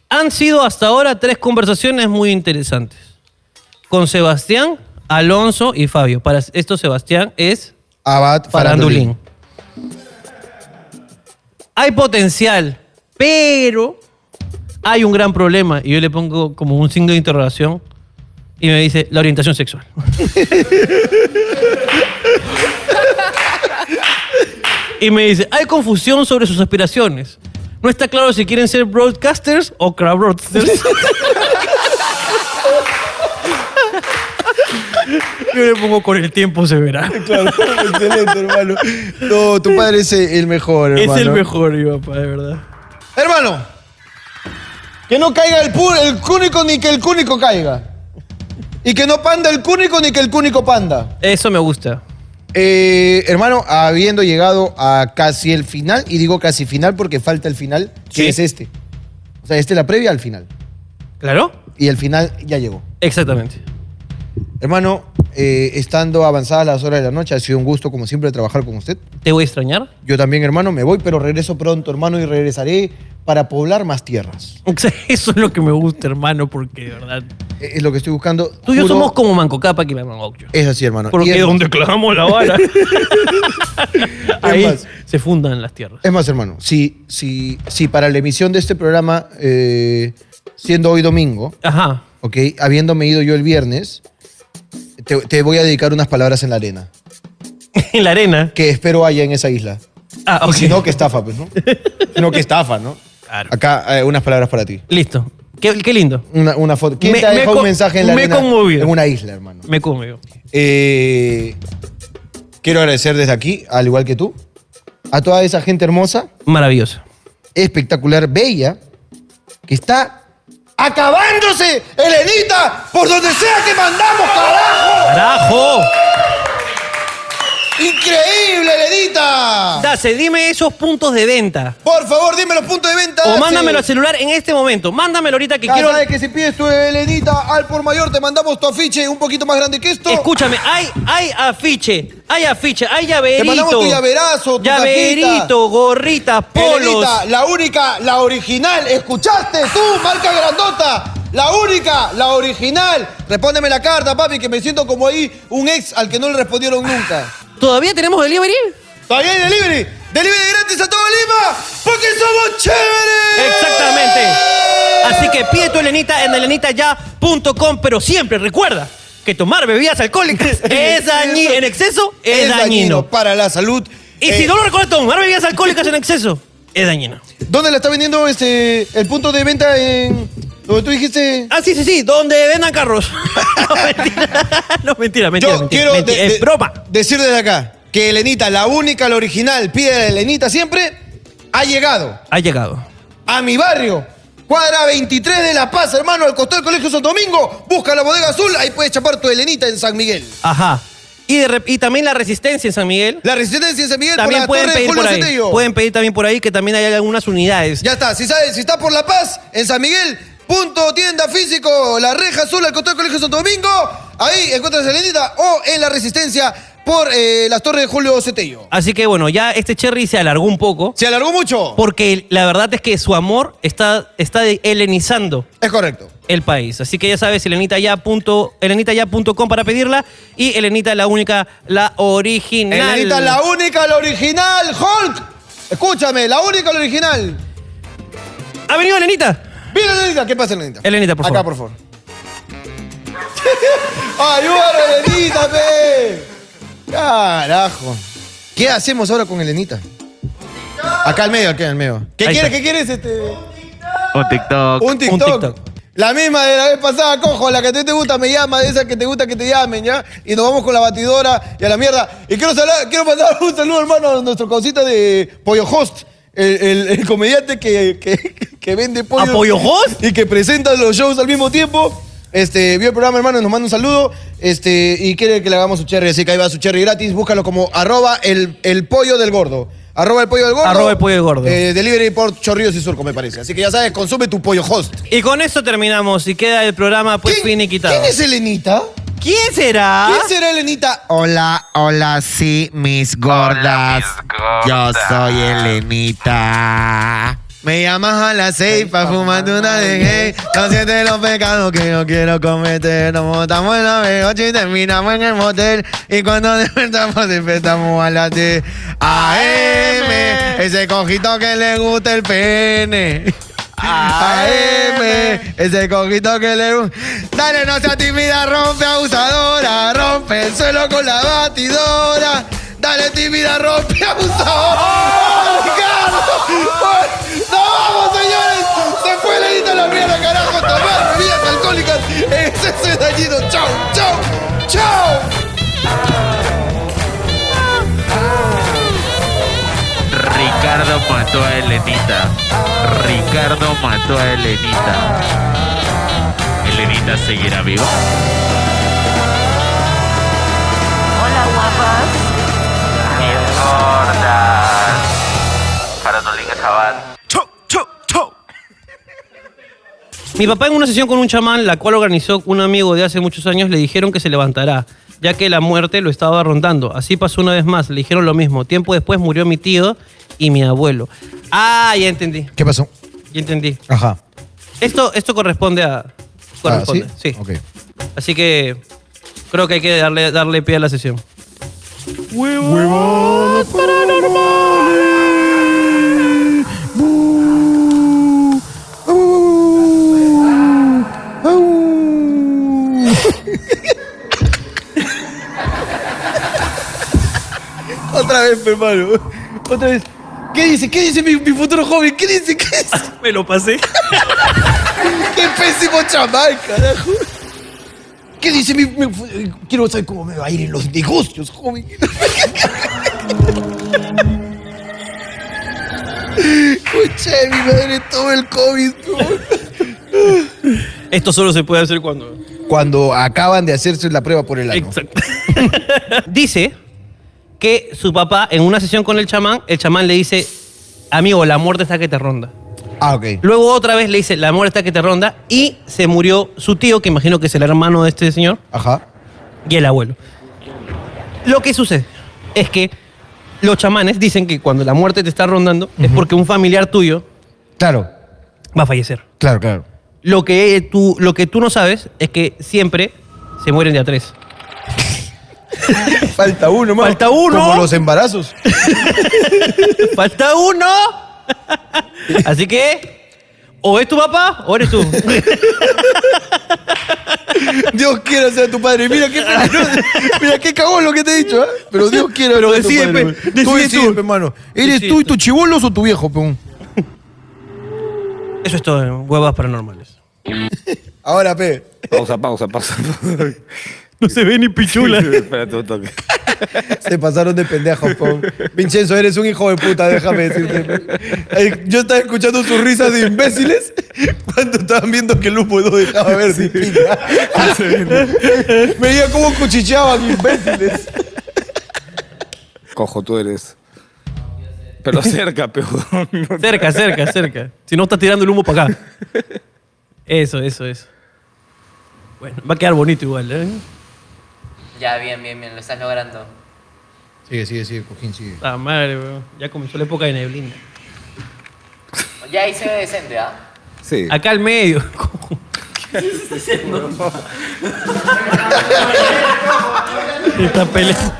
han sido hasta ahora tres conversaciones muy interesantes. Con Sebastián, Alonso y Fabio. Para esto Sebastián es Abad farandulín. Hay potencial, pero hay un gran problema. Y yo le pongo como un signo de interrogación y me dice la orientación sexual. y me dice, hay confusión sobre sus aspiraciones. No está claro si quieren ser broadcasters o crowd broadcasters. Yo le pongo con el tiempo se verá. Claro, excelente, hermano. No, tu padre es el mejor, hermano. Es el mejor, mi papá, de verdad. Hermano, que no caiga el, pu- el cúnico ni que el cúnico caiga. Y que no panda el cúnico ni que el cúnico panda. Eso me gusta. Eh, hermano, habiendo llegado a casi el final, y digo casi final porque falta el final, Sí. que es este. O sea, este es la previa al final. ¿Claro? Y el final ya llegó. Exactamente. Hermano, eh, estando avanzadas las horas de la noche, ha sido un gusto, como siempre, trabajar con usted. ¿Te voy a extrañar? Yo también, hermano, me voy, pero regreso pronto, hermano, y regresaré para poblar más tierras. Eso es lo que me gusta, hermano, porque de verdad. Eh, Es lo que estoy buscando. Tú y yo Juro- somos como Manco Capac y Manco Occhio. Es así, hermano. Y Porque es, donde clavamos la vara, ahí más. se fundan las tierras. es más, hermano, si, si, si para la emisión de este programa, eh, siendo hoy domingo, Ajá. ¿ok? Habiéndome ido yo el viernes, te, te voy a dedicar unas palabras en la arena. en la arena. Que espero haya en esa isla. Ah, Y ok. si no, que estafa, pues, ¿no? Si no, que estafa, ¿no? Claro. Acá, eh, unas palabras para ti. Listo. Qué, qué lindo. Una, una foto. ¿Quién Me- te ha me dejado un con- mensaje en la me he arena? conmovido. En una isla, hermano. Me como yo. Eh, quiero agradecer desde aquí, al igual que tú, a toda esa gente hermosa, Maravilloso. espectacular, bella, que está acabándose, Elenita, por donde sea que mandamos, carajo. ¡Carajo! Increíble, Elenita. Dace, dime esos puntos de venta. Por favor, dime los puntos de venta. O Dace. mándamelo al celular en este momento. Mándamelo ahorita que Ah, Ya quiero. sabes que si pides tu Elenita al por mayor, te mandamos tu afiche un poquito más grande que esto. Escúchame, hay, hay afiche, hay afiche, hay llaverito. Te mandamos tu llaverazo, tu cajita. Llaverito, gorritas, polos. Elenita, la única, la original. ¿Escuchaste tú, marca grandota? La única, la original. Respóndeme la carta, papi, que me siento como ahí un ex al que no le respondieron nunca. ¿Todavía tenemos delivery? ¿Todavía hay delivery? ¡Delivery gratis a todo Lima! ¡Porque somos chéveres! Exactamente. Así que pide tu Elenita en elenitaya.com, pero siempre recuerda que tomar bebidas alcohólicas es dañino. En exceso es, dañino. para la salud. Y Eh, si no lo recuerdas, tomar bebidas alcohólicas en exceso es dañino. ¿Dónde la está vendiendo este, el punto de venta en. donde tú dijiste. Ah, sí, sí, sí, donde vendan carros. no, mentira, no, mentira, mentira. Yo mentira, quiero mentira. de- es de- broma. decir desde acá que Elenita, la única, la original, pide de Elenita siempre, ha llegado Ha llegado. a mi barrio. Cuadra 23 de La Paz, hermano, al costado del Colegio Santo Domingo. Busca la bodega azul, ahí puedes chapar tu Elenita en San Miguel. Ajá. Y, de rep- y también la resistencia en San Miguel. La resistencia en San Miguel También por la pueden torre de pedir Julio por ahí. Cetello. Pueden pedir también por ahí que también hay algunas unidades. Ya está, si, sabe- si está por La Paz, en San Miguel, punto tienda físico, la reja azul al costado del Colegio Santo Domingo, ahí encuentras la lindita o en la resistencia por eh, las torres de Julio Cetello. Así que bueno, ya este Cherry se alargó un poco. ¿Se alargó mucho? Porque la verdad es que su amor está, está de- helenizando Es correcto. el país. Así que ya sabes, elenitaya punto- elenitaya.com para pedirla. Y Elenita la única, la original. Elenita, la única, la original, Hulk. Escúchame, la única, la original. ¿Ha venido Elenita? Mira, Elenita, ¿qué pasa, Elenita? Elenita, por Acá, favor. por favor. ¡Ayúdalo, Elenita, pe! Carajo. ¿Qué hacemos ahora con Elenita? Acá al medio, aquí al medio. ¿Qué Ahí quieres? está. ¿Qué quieres? Este? Un TikTok. Un TikTok. TikTok. La misma de la vez pasada, cojo, la que a ti te gusta me llama, de esa que te gusta que te llamen, ¿ya? Y nos vamos con la batidora y a la mierda. Y quiero, salar- quiero mandar un saludo, hermano, a nuestro cosita de Pollo Host, el, el- el comediante que, que- que vende pollo. ¿A Pollo Host? Y que presenta los shows al mismo tiempo. Este, vio el programa, hermano, y nos manda un saludo. Este, y quiere que le hagamos su cherry, así que ahí va su cherry gratis. Búscalo como arroba el, el pollo del gordo. Arroba el pollo del gordo. Arroba el pollo del gordo. Eh, delivery por Chorrillos y Surco, me parece. Así que ya sabes, consume tu pollo host. Y con eso terminamos y queda el programa pues ¿Quién, finiquitado. ¿Quién es Elenita? ¿Quién será? ¿Quién será Elenita? Hola, hola, sí, mis gordas. Yo soy Elenita. Me llamas a las seis pa' fumarte una de gay. Consciente de los pecados que yo quiero cometer. Nos montamos en la B8 y terminamos en el motel. Y cuando despertamos, despertamos a las 10 AM. Ese cojito que le gusta el pene. AM, ese cojito que le gusta. Dale, no seas tímida, rompe abusadora. Rompe el suelo con la batidora. Dale, tímida, rompe abusadora. ¡No vamos, señores! ¡Se fue el edito a la mierda, carajo! ¡Tomar bebidas alcohólicas! ¡Exceso de dañino! ¡Chau, chau, chau! Ricardo mató a Elenita. Ricardo mató a Elenita. Elenita seguirá viva. Hola, guapas. Mis gordas. Farandolín Escobar. Chau, chau, chau. Mi papá en una sesión con un chamán, la cual organizó un amigo de hace muchos años, le dijeron que se levantará, ya que la muerte lo estaba rondando. Así pasó una vez más, le dijeron lo mismo. Tiempo después murió mi tío y mi abuelo. Ah, ya entendí, ¿Qué pasó? ya entendí. Ajá. Ah, Esto, esto corresponde a... Corresponde, sí. Ok. Así que creo que hay que darle, darle pie a la sesión. Otra vez, hermano. Otra vez. ¿Qué dice? ¿Qué dice mi, mi futuro joven? ¿Qué dice? ¿Qué dice? Me lo pasé. ¡Qué pésimo chamán, carajo! ¿Qué dice mi, mi fu- Quiero saber cómo me va a ir en los negocios, joven. Escucha, mi madre, todo el COVID, bro. Esto solo se puede hacer cuando... Cuando acaban de hacerse la prueba por el ano. Exacto. dice que su papá, en una sesión con el chamán, el chamán le dice, amigo, la muerte está que te ronda. Ah, ok. Luego otra vez le dice, la muerte está que te ronda. Y se murió su tío, que imagino que es el hermano de este señor, Ajá. y el abuelo. Lo que sucede es que los chamanes dicen que cuando la muerte te está rondando es porque un familiar tuyo Claro, va a fallecer. claro, claro. Lo que, eh, tú, lo que tú no sabes es que siempre se mueren de a tres. Falta uno, más. Falta uno. Como los embarazos. ¡Falta uno! Así que, o es tu papá o eres tú. Dios quiera sea tu padre. Mira qué, mira qué cagón lo que te he dicho, ¿eh? Pero Dios quiera Pero sea tu decide, padre, pe, weón. decide Tú decides, tú. pe, hermano. ¿Eres Decide tú y tú. tus chibolos o tu viejo, peón? Eso es todo, en huevas paranormales. Ahora, pe. Pausa, pausa, pausa. No se ve ni pichula. Espérate un toque. Se pasaron de pendejo, po. Vincenzo, eres un hijo de puta, déjame decirte. Eh, Yo estaba escuchando sus risas de imbéciles cuando estaban viendo que Lupo no dejaba ver sin pinta. Veía cómo cuchicheaban imbéciles. Cojo, tú eres. Pero cerca, peón. Cerca, cerca, cerca. Si no, está tirando el humo para acá. Eso, eso, eso. Bueno, va a quedar bonito igual, ¿eh? Ya, bien, bien, bien, lo estás logrando. Sigue, sigue, sigue, Cojín, sigue. Ah, madre, weón. Ya comenzó la época de neblina. Ya ahí se ve decente, ¿ah? Sí. Acá al medio. Esta pelea.